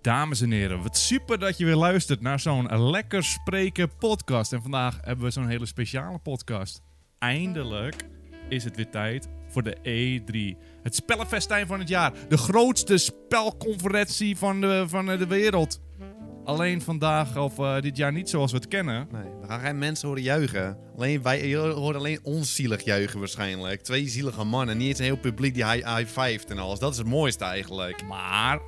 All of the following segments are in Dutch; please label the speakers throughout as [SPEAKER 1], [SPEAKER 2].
[SPEAKER 1] Dames en heren, wat super dat je weer luistert naar zo'n lekker spreken podcast. En vandaag hebben we zo'n hele speciale podcast. Eindelijk is het weer tijd voor de E3. Het spellenfestijn van het jaar. De grootste spelconferentie van de, van eh, de wereld. Alleen vandaag of eh, dit jaar niet zoals we het kennen.
[SPEAKER 2] Nee, we gaan geen mensen horen juichen. Alleen wij, je hoort alleen ons zielig juichen waarschijnlijk. Twee zielige mannen, niet eens een heel publiek die high- high-fived en alles. Dat is het mooiste eigenlijk.
[SPEAKER 1] Maar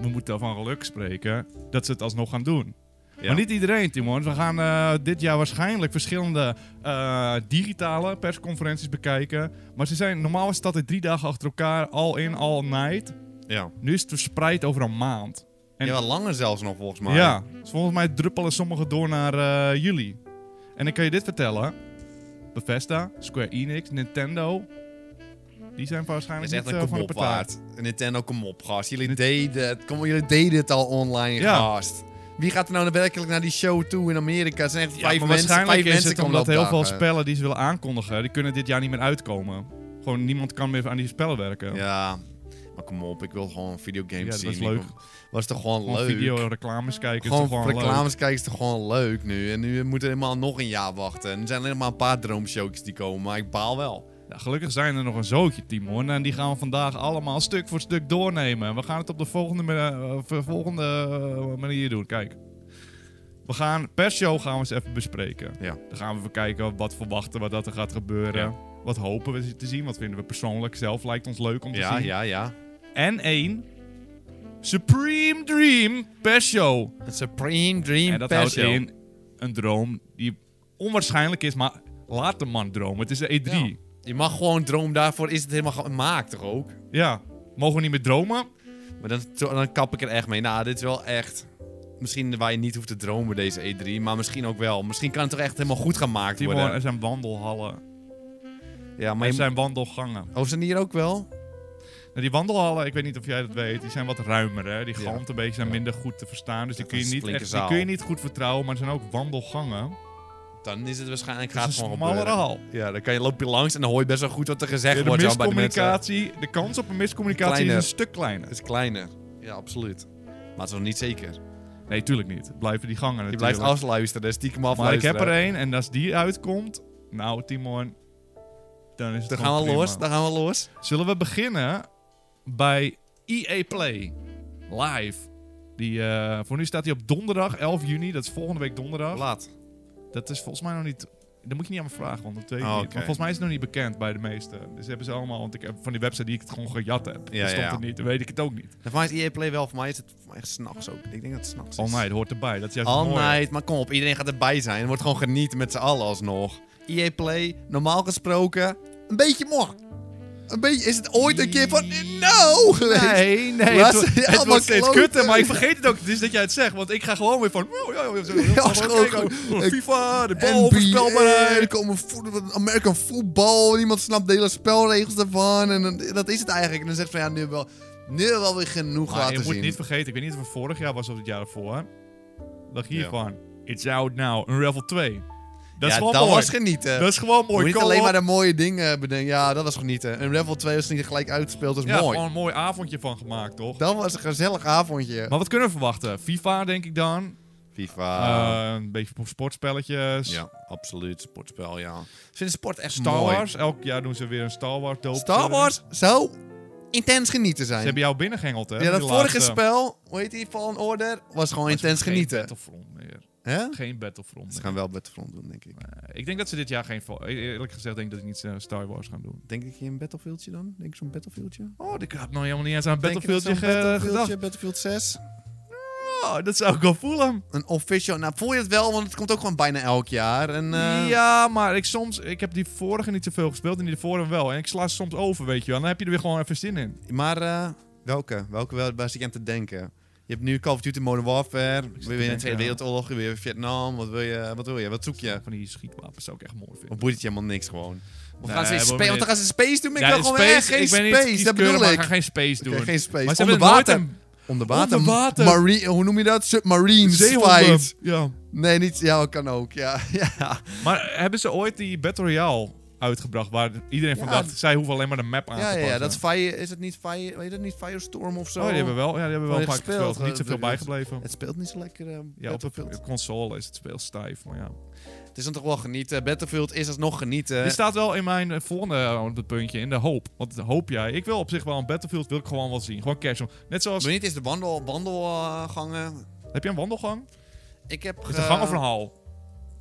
[SPEAKER 1] we moeten van geluk spreken dat ze het alsnog gaan doen.
[SPEAKER 2] Ja.
[SPEAKER 1] Maar niet iedereen, Timon. We gaan eh, dit jaar waarschijnlijk verschillende eh, digitale persconferenties bekijken. Maar ze zijn, normaal is dat er drie dagen achter elkaar, all in, all night.
[SPEAKER 2] Ja.
[SPEAKER 1] Nu is het verspreid over een maand. En-
[SPEAKER 2] ja, wel langer zelfs nog volgens mij.
[SPEAKER 1] Ja, dus volgens mij druppelen sommigen door naar eh, juli. En ik kan je dit vertellen. Bethesda, Square Enix, Nintendo. Die zijn
[SPEAKER 2] Het
[SPEAKER 1] waarschijnlijk
[SPEAKER 2] is echt
[SPEAKER 1] niet
[SPEAKER 2] een
[SPEAKER 1] eh, van de
[SPEAKER 2] komop
[SPEAKER 1] partij.
[SPEAKER 2] waard. Nintendo, kom op gast. Jullie,
[SPEAKER 1] Nit-
[SPEAKER 2] deden het, kom, jullie deden het al online
[SPEAKER 1] Ja.
[SPEAKER 2] gast. Wie gaat er nou werkelijk naar die show toe in Amerika? Het zijn echt
[SPEAKER 1] Ja,
[SPEAKER 2] vijf
[SPEAKER 1] maar
[SPEAKER 2] mensen.
[SPEAKER 1] waarschijnlijk
[SPEAKER 2] Vijf
[SPEAKER 1] is
[SPEAKER 2] mensen
[SPEAKER 1] het
[SPEAKER 2] komen
[SPEAKER 1] omdat heel veel
[SPEAKER 2] opdagen.
[SPEAKER 1] spellen die ze willen aankondigen, die kunnen dit jaar niet meer uitkomen. Gewoon niemand kan meer aan die spellen werken.
[SPEAKER 2] Ja, maar kom op. Ik wil gewoon videogames
[SPEAKER 1] Ja, dat
[SPEAKER 2] zien.
[SPEAKER 1] is
[SPEAKER 2] Ik
[SPEAKER 1] leuk.
[SPEAKER 2] wil- Was toch gewoon,
[SPEAKER 1] Gewoon
[SPEAKER 2] leuk?
[SPEAKER 1] video reclames kijken is toch
[SPEAKER 2] Gewoon
[SPEAKER 1] gewoon leuk.
[SPEAKER 2] reclames kijken is toch gewoon leuk nu. En nu moeten we helemaal nog een jaar wachten. En er zijn alleen maar een paar droomshowtjes die komen, maar ik baal wel.
[SPEAKER 1] Ja, gelukkig zijn er nog een zootje, Timon. En die gaan we vandaag allemaal stuk voor stuk doornemen. We gaan het op de volgende, ma- eh, ver- volgende eh, manier doen. Kijk. We gaan, per show gaan we eens even bespreken.
[SPEAKER 2] Ja.
[SPEAKER 1] Dan gaan we even kijken wat verwachten we dat er gaat gebeuren. Wat hopen we te zien? Wat vinden we persoonlijk zelf? Lijkt ons leuk om te
[SPEAKER 2] Ja,
[SPEAKER 1] zien.
[SPEAKER 2] ja, ja.
[SPEAKER 1] En één. Supreme Dream per show.
[SPEAKER 2] Een Supreme Dream
[SPEAKER 1] En dat
[SPEAKER 2] per
[SPEAKER 1] houdt
[SPEAKER 2] show.
[SPEAKER 1] in een droom die onwaarschijnlijk is, maar laat de man dromen. Het is E de E3.
[SPEAKER 2] Ja.
[SPEAKER 1] Ja.
[SPEAKER 2] Je mag gewoon droom daarvoor. Is het helemaal gemaakt, toch ook?
[SPEAKER 1] Mogen we niet meer dromen?
[SPEAKER 2] Maar dan, dan kap ik er echt mee. Nou, dit is wel echt... Misschien waar je niet hoeft te dromen, deze E3. Maar misschien ook wel. Misschien kan het toch echt helemaal goed gemaakt
[SPEAKER 1] Timon,
[SPEAKER 2] worden.
[SPEAKER 1] er zijn wandelhallen.
[SPEAKER 2] Ja, maar
[SPEAKER 1] Er
[SPEAKER 2] je...
[SPEAKER 1] zijn wandelgangen.
[SPEAKER 2] Oh, zijn die hier ook wel?
[SPEAKER 1] Nou, die wandelhallen, ik weet niet of jij dat weet, die zijn wat ruimer. Hè? Die
[SPEAKER 2] Ja.
[SPEAKER 1] galmt een beetje, zijn
[SPEAKER 2] Ja.
[SPEAKER 1] minder goed te verstaan. Dus die
[SPEAKER 2] Dat
[SPEAKER 1] kun, je
[SPEAKER 2] is
[SPEAKER 1] niet
[SPEAKER 2] een flinke
[SPEAKER 1] echt- die
[SPEAKER 2] zaal.
[SPEAKER 1] kun je niet goed vertrouwen. Maar er zijn ook wandelgangen.
[SPEAKER 2] Dan is het waarschijnlijk...
[SPEAKER 1] Het
[SPEAKER 2] Gaat
[SPEAKER 1] is een
[SPEAKER 2] gewoon
[SPEAKER 1] smallere
[SPEAKER 2] gebeuren.
[SPEAKER 1] hal.
[SPEAKER 2] Ja, dan kan je, loop je langs en dan hoor je best wel goed wat er gezegd
[SPEAKER 1] De
[SPEAKER 2] wordt. ja, bij de mensen.
[SPEAKER 1] miscommunicatie, de kans op een miscommunicatie
[SPEAKER 2] Kleiner.
[SPEAKER 1] is een stuk kleiner.
[SPEAKER 2] Het is kleiner. Ja, absoluut. Maar het is nog niet zeker.
[SPEAKER 1] Nee, tuurlijk niet. Blijven die gangen
[SPEAKER 2] Je
[SPEAKER 1] natuurlijk.
[SPEAKER 2] blijft afluisteren, dus stiekem
[SPEAKER 1] Maar ik
[SPEAKER 2] afluisteren.
[SPEAKER 1] heb er één en als die uitkomt, nou Timon, dan is het
[SPEAKER 2] Dan
[SPEAKER 1] gewoon
[SPEAKER 2] gaan we
[SPEAKER 1] prima.
[SPEAKER 2] los, dan gaan we los.
[SPEAKER 1] Zullen we beginnen bij EA Play live. Die, eh, voor nu staat hij op donderdag 11 juni, dat is volgende week donderdag.
[SPEAKER 2] Laat.
[SPEAKER 1] Dat is volgens mij nog niet. Dan moet je niet aan me vragen, want dat weet ik
[SPEAKER 2] Oh,
[SPEAKER 1] niet.
[SPEAKER 2] oké.
[SPEAKER 1] Maar volgens mij is het nog niet bekend bij de meesten. Dus hebben ze allemaal, want ik heb van die website die ik het gewoon gejat heb.
[SPEAKER 2] Ja,
[SPEAKER 1] Ja, stond
[SPEAKER 2] ja.
[SPEAKER 1] het niet, dan weet ik het ook niet.
[SPEAKER 2] Voor mij is EA Play wel, voor mij is het voor mij echt s'nachts ook. Ik denk dat het s'nachts is.
[SPEAKER 1] All night hoort erbij, dat is juist
[SPEAKER 2] All
[SPEAKER 1] het mooie.
[SPEAKER 2] night, maar kom op, iedereen gaat erbij zijn. Er wordt gewoon genieten met z'n allen alsnog. EA Play, normaal gesproken, een beetje mor. Een beetje, is het ooit een keer van, nou geweest?
[SPEAKER 1] Nee, nee.
[SPEAKER 2] Was-
[SPEAKER 1] Het, wo- het
[SPEAKER 2] allemaal
[SPEAKER 1] wordt steeds
[SPEAKER 2] kloten.
[SPEAKER 1] kutter, maar ik vergeet het ook. Het is dat jij het zegt, want ik ga gewoon weer van... oh, ja, ja, zo,
[SPEAKER 2] Ja,
[SPEAKER 1] allemaal
[SPEAKER 2] is gewoon
[SPEAKER 1] kijken. Oh,
[SPEAKER 2] goed.
[SPEAKER 1] FIFA, de bal,
[SPEAKER 2] NBA, er
[SPEAKER 1] voorspelbaarheid.
[SPEAKER 2] komen voet- American voetbal, niemand snapt de hele spelregels daarvan. En dan- dat is het eigenlijk. En dan zegt van ja, nu hebben we wel, nu hebben we wel weer genoeg
[SPEAKER 1] Maar je
[SPEAKER 2] laten
[SPEAKER 1] moet
[SPEAKER 2] zien.
[SPEAKER 1] niet vergeten, ik weet niet of het vorig jaar was of het jaar ervoor. Lag
[SPEAKER 2] Ja.
[SPEAKER 1] hiervan. It's out now, Unravel 2. Dat is
[SPEAKER 2] ja,
[SPEAKER 1] gewoon
[SPEAKER 2] dat
[SPEAKER 1] mooi.
[SPEAKER 2] was genieten.
[SPEAKER 1] dat is gewoon
[SPEAKER 2] Moet
[SPEAKER 1] mooi.
[SPEAKER 2] je niet
[SPEAKER 1] Call
[SPEAKER 2] alleen
[SPEAKER 1] of-
[SPEAKER 2] maar de mooie dingen bedenken. Ja, dat was genieten. Een level 2 was niet gelijk uitgespeeld, dat is
[SPEAKER 1] ja,
[SPEAKER 2] mooi.
[SPEAKER 1] gewoon een mooi avondje van gemaakt, toch?
[SPEAKER 2] Dat was een gezellig avondje.
[SPEAKER 1] Maar wat kunnen we verwachten? FIFA, denk ik dan.
[SPEAKER 2] FIFA.
[SPEAKER 1] Eh, een beetje sportspelletjes.
[SPEAKER 2] Ah. ja, absoluut. Sportspel, ja. Ik vind sport echt
[SPEAKER 1] Star
[SPEAKER 2] mooi.
[SPEAKER 1] Wars. Elk jaar doen ze weer een Star Wars doop.
[SPEAKER 2] Star Wars zou intens genieten
[SPEAKER 1] Ze
[SPEAKER 2] zijn.
[SPEAKER 1] hebben jou binnengehengeld, hè?
[SPEAKER 2] ja, dat
[SPEAKER 1] die
[SPEAKER 2] vorige
[SPEAKER 1] laatste.
[SPEAKER 2] spel, hoe heet die, Fallen Order, was gewoon
[SPEAKER 1] Maar ze
[SPEAKER 2] intens
[SPEAKER 1] hebben Geen
[SPEAKER 2] genieten.
[SPEAKER 1] Battlefront meer.
[SPEAKER 2] Hè?
[SPEAKER 1] Geen Battlefront
[SPEAKER 2] Ze
[SPEAKER 1] meer.
[SPEAKER 2] gaan wel Battlefront doen, denk ik.
[SPEAKER 1] Eh, Ik denk dat ze dit jaar geen... val- Eerlijk gezegd denk ik dat ze niet eh, Star Wars gaan doen.
[SPEAKER 2] Denk ik hier een Battlefieldje dan? Denk ik zo'n Battlefieldje?
[SPEAKER 1] Oh, ik had nog helemaal niet eens aan
[SPEAKER 2] Denk je dat
[SPEAKER 1] Battlefieldje
[SPEAKER 2] zo'n
[SPEAKER 1] ge-
[SPEAKER 2] Battlefieldje,
[SPEAKER 1] gedacht.
[SPEAKER 2] Battlefield 6.
[SPEAKER 1] Oh, dat zou ik wel voelen.
[SPEAKER 2] Een official. Nou, voel je het wel, want het komt ook gewoon bijna elk jaar. En, eh,
[SPEAKER 1] Ja, maar ik soms... Ik heb die vorige niet zoveel gespeeld en die vorige wel. En ik sla ze soms over, weet je wel. Dan heb je er weer gewoon even zin in.
[SPEAKER 2] Maar eh, welke? Welke wel, waar zit je aan te denken? Je hebt nu Call of Duty Modern Warfare. We weer in de
[SPEAKER 1] denken,
[SPEAKER 2] Tweede
[SPEAKER 1] ja.
[SPEAKER 2] Wereldoorlog, weer Vietnam. Wat wil je? Wat wil je? Wat zoek je?
[SPEAKER 1] Van die schietwapens zou ik echt mooi
[SPEAKER 2] Of
[SPEAKER 1] vinden.
[SPEAKER 2] boeit het je helemaal niks gewoon? Of
[SPEAKER 1] Nee,
[SPEAKER 2] gaan
[SPEAKER 1] boeit
[SPEAKER 2] ze weer
[SPEAKER 1] me
[SPEAKER 2] space? Want
[SPEAKER 1] niet.
[SPEAKER 2] dan gaan ze space doen, maar ik wil gewoon
[SPEAKER 1] space,
[SPEAKER 2] echt geen
[SPEAKER 1] ik ben niet
[SPEAKER 2] space. Dat
[SPEAKER 1] kieskeurig,
[SPEAKER 2] bedoel
[SPEAKER 1] maar
[SPEAKER 2] ik.
[SPEAKER 1] ga geen space doen.
[SPEAKER 2] Oké, geen space.
[SPEAKER 1] Maar ze
[SPEAKER 2] Onder
[SPEAKER 1] hebben er nooit
[SPEAKER 2] water.
[SPEAKER 1] een
[SPEAKER 2] Onder water.
[SPEAKER 1] Onder water.
[SPEAKER 2] Marine, hoe noem je dat? Submarines
[SPEAKER 1] zeehonden.
[SPEAKER 2] fight.
[SPEAKER 1] Ja.
[SPEAKER 2] Nee, niet. Ja, kan ook. Ja, ja.
[SPEAKER 1] Maar hebben ze ooit die Battle Royale uitgebracht waar iedereen van
[SPEAKER 2] Ja.
[SPEAKER 1] dacht, zij hoeven alleen maar de map aan
[SPEAKER 2] Ja,
[SPEAKER 1] te
[SPEAKER 2] ja,
[SPEAKER 1] passen.
[SPEAKER 2] ja, dat is Fire, is het niet Fire, weet het niet, Firestorm of zo?
[SPEAKER 1] Oh, die hebben we wel, ja, die hebben we wel een
[SPEAKER 2] Wanneer
[SPEAKER 1] paar keer
[SPEAKER 2] gespeeld,
[SPEAKER 1] gespeeld. Niet
[SPEAKER 2] eh,
[SPEAKER 1] zoveel
[SPEAKER 2] dat-
[SPEAKER 1] bijgebleven.
[SPEAKER 2] Het speelt niet zo lekker, eh,
[SPEAKER 1] Ja, op
[SPEAKER 2] Battlefield.
[SPEAKER 1] de console is het speel stijf, maar ja.
[SPEAKER 2] Het is dan toch wel genieten. Battlefield is alsnog genieten.
[SPEAKER 1] Dit staat wel in mijn eh, volgende eh, op het puntje, in de hoop. Want hoop jij, ik wil op zich wel een Battlefield, wil ik gewoon wat zien. Gewoon casual. Net zoals,
[SPEAKER 2] Weet niet, is de wandel, wandelgangen...
[SPEAKER 1] heb je een wandelgang?
[SPEAKER 2] Ik heb...
[SPEAKER 1] Is het een
[SPEAKER 2] eh,
[SPEAKER 1] gang of een hal?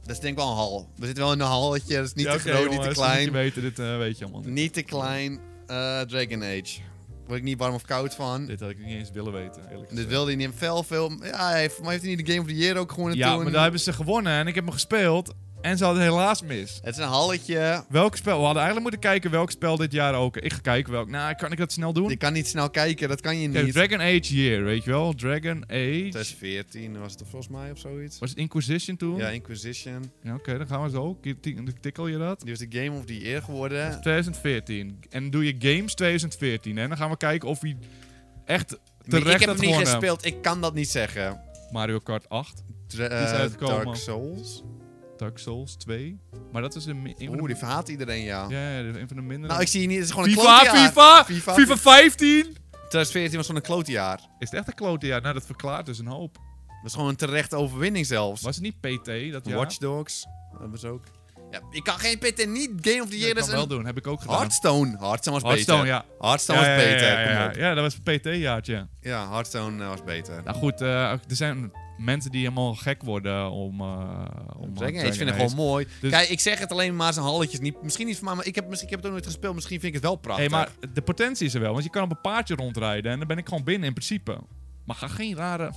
[SPEAKER 2] Dat is denk ik wel een hal. We zitten wel in een halletje. Dat is niet
[SPEAKER 1] Ja,
[SPEAKER 2] te
[SPEAKER 1] oké,
[SPEAKER 2] groot, niet
[SPEAKER 1] jongens,
[SPEAKER 2] te
[SPEAKER 1] dat moet
[SPEAKER 2] klein.
[SPEAKER 1] je weten, dit eh, weet je allemaal niet.
[SPEAKER 2] Niet te klein. eh, Dragon Age. Word ik niet warm of koud van.
[SPEAKER 1] Dit had ik niet eens willen weten, eerlijk
[SPEAKER 2] Dit
[SPEAKER 1] gezegd.
[SPEAKER 2] wilde hij niet in fel film. Ja, hij heeft, maar heeft hij niet de Game of the Year ook gewonnen
[SPEAKER 1] Ja,
[SPEAKER 2] toen?
[SPEAKER 1] maar daar hebben ze gewonnen en ik heb hem gespeeld en ze hadden het helaas mis.
[SPEAKER 2] Het is een halletje.
[SPEAKER 1] Welk spel? We hadden eigenlijk moeten kijken welk spel dit jaar ook. Ik ga kijken welk. Nou, kan ik dat snel doen?
[SPEAKER 2] Je kan niet snel kijken, dat kan je
[SPEAKER 1] Kijk,
[SPEAKER 2] niet.
[SPEAKER 1] Dragon Age Year, weet je wel? Dragon Age.
[SPEAKER 2] 2014 was het er volgens mij of zoiets.
[SPEAKER 1] Was het Inquisition toen?
[SPEAKER 2] Ja,
[SPEAKER 1] Ja,
[SPEAKER 2] Inquisition.
[SPEAKER 1] oké, dan gaan we zo. Ki- ti- Tikkel je dat?
[SPEAKER 2] Die was de Game of the Year geworden.
[SPEAKER 1] 2014. En doe je games 2014. En dan gaan we kijken of hij echt
[SPEAKER 2] Maar
[SPEAKER 1] terecht eh,
[SPEAKER 2] ik heb
[SPEAKER 1] had
[SPEAKER 2] hem niet
[SPEAKER 1] gewonnen.
[SPEAKER 2] gespeeld, ik kan dat niet zeggen.
[SPEAKER 1] Mario Kart 8,
[SPEAKER 2] Dra-
[SPEAKER 1] is
[SPEAKER 2] eh,
[SPEAKER 1] uitgekomen.
[SPEAKER 2] Dark Souls.
[SPEAKER 1] Dark Souls 2. Maar dat is een, mi- een van
[SPEAKER 2] Oeh,
[SPEAKER 1] de,
[SPEAKER 2] die verhaat iedereen, ja.
[SPEAKER 1] ja, ja, een van de mindere.
[SPEAKER 2] Nou, ik zie hier niet, het is gewoon een
[SPEAKER 1] FIFA,
[SPEAKER 2] klootjaar.
[SPEAKER 1] FIFA,
[SPEAKER 2] FIFA,
[SPEAKER 1] FIFA, 15.
[SPEAKER 2] 2014 was gewoon een klootjaar.
[SPEAKER 1] Is het echt een klote jaar? Nou, dat verklaart dus een hoop.
[SPEAKER 2] Dat was gewoon een terechte overwinning zelfs.
[SPEAKER 1] Was het niet PT dat jaar?
[SPEAKER 2] Watch Dogs hebben ze ook. Ja, ik kan geen PT niet Game of the
[SPEAKER 1] Ja,
[SPEAKER 2] Year.
[SPEAKER 1] dat
[SPEAKER 2] dat
[SPEAKER 1] kan
[SPEAKER 2] is
[SPEAKER 1] wel
[SPEAKER 2] een
[SPEAKER 1] doen, heb ik ook gedaan.
[SPEAKER 2] Hearthstone. Hearthstone was
[SPEAKER 1] Hearthstone,
[SPEAKER 2] beter.
[SPEAKER 1] ja.
[SPEAKER 2] Hearthstone
[SPEAKER 1] ja,
[SPEAKER 2] was
[SPEAKER 1] ja, ja,
[SPEAKER 2] beter.
[SPEAKER 1] Ja, ja,
[SPEAKER 2] kom op.
[SPEAKER 1] Ja, dat was PT-jaartje.
[SPEAKER 2] Ja, Hearthstone eh, was beter.
[SPEAKER 1] Nou goed, eh, er zijn mensen die helemaal gek worden om... eh om
[SPEAKER 2] Dragon Age
[SPEAKER 1] Dragon
[SPEAKER 2] vind ik
[SPEAKER 1] Age.
[SPEAKER 2] gewoon mooi.
[SPEAKER 1] Dus-
[SPEAKER 2] Kijk, ik zeg het alleen maar, zijn halletjes niet. Misschien niet van mij, maar ik heb, misschien, ik heb het ook nooit gespeeld. Misschien vind ik het wel prachtig.
[SPEAKER 1] hey, maar de potentie is er wel, want je kan op een paardje rondrijden en dan ben ik gewoon binnen in principe. Maar ga geen rare...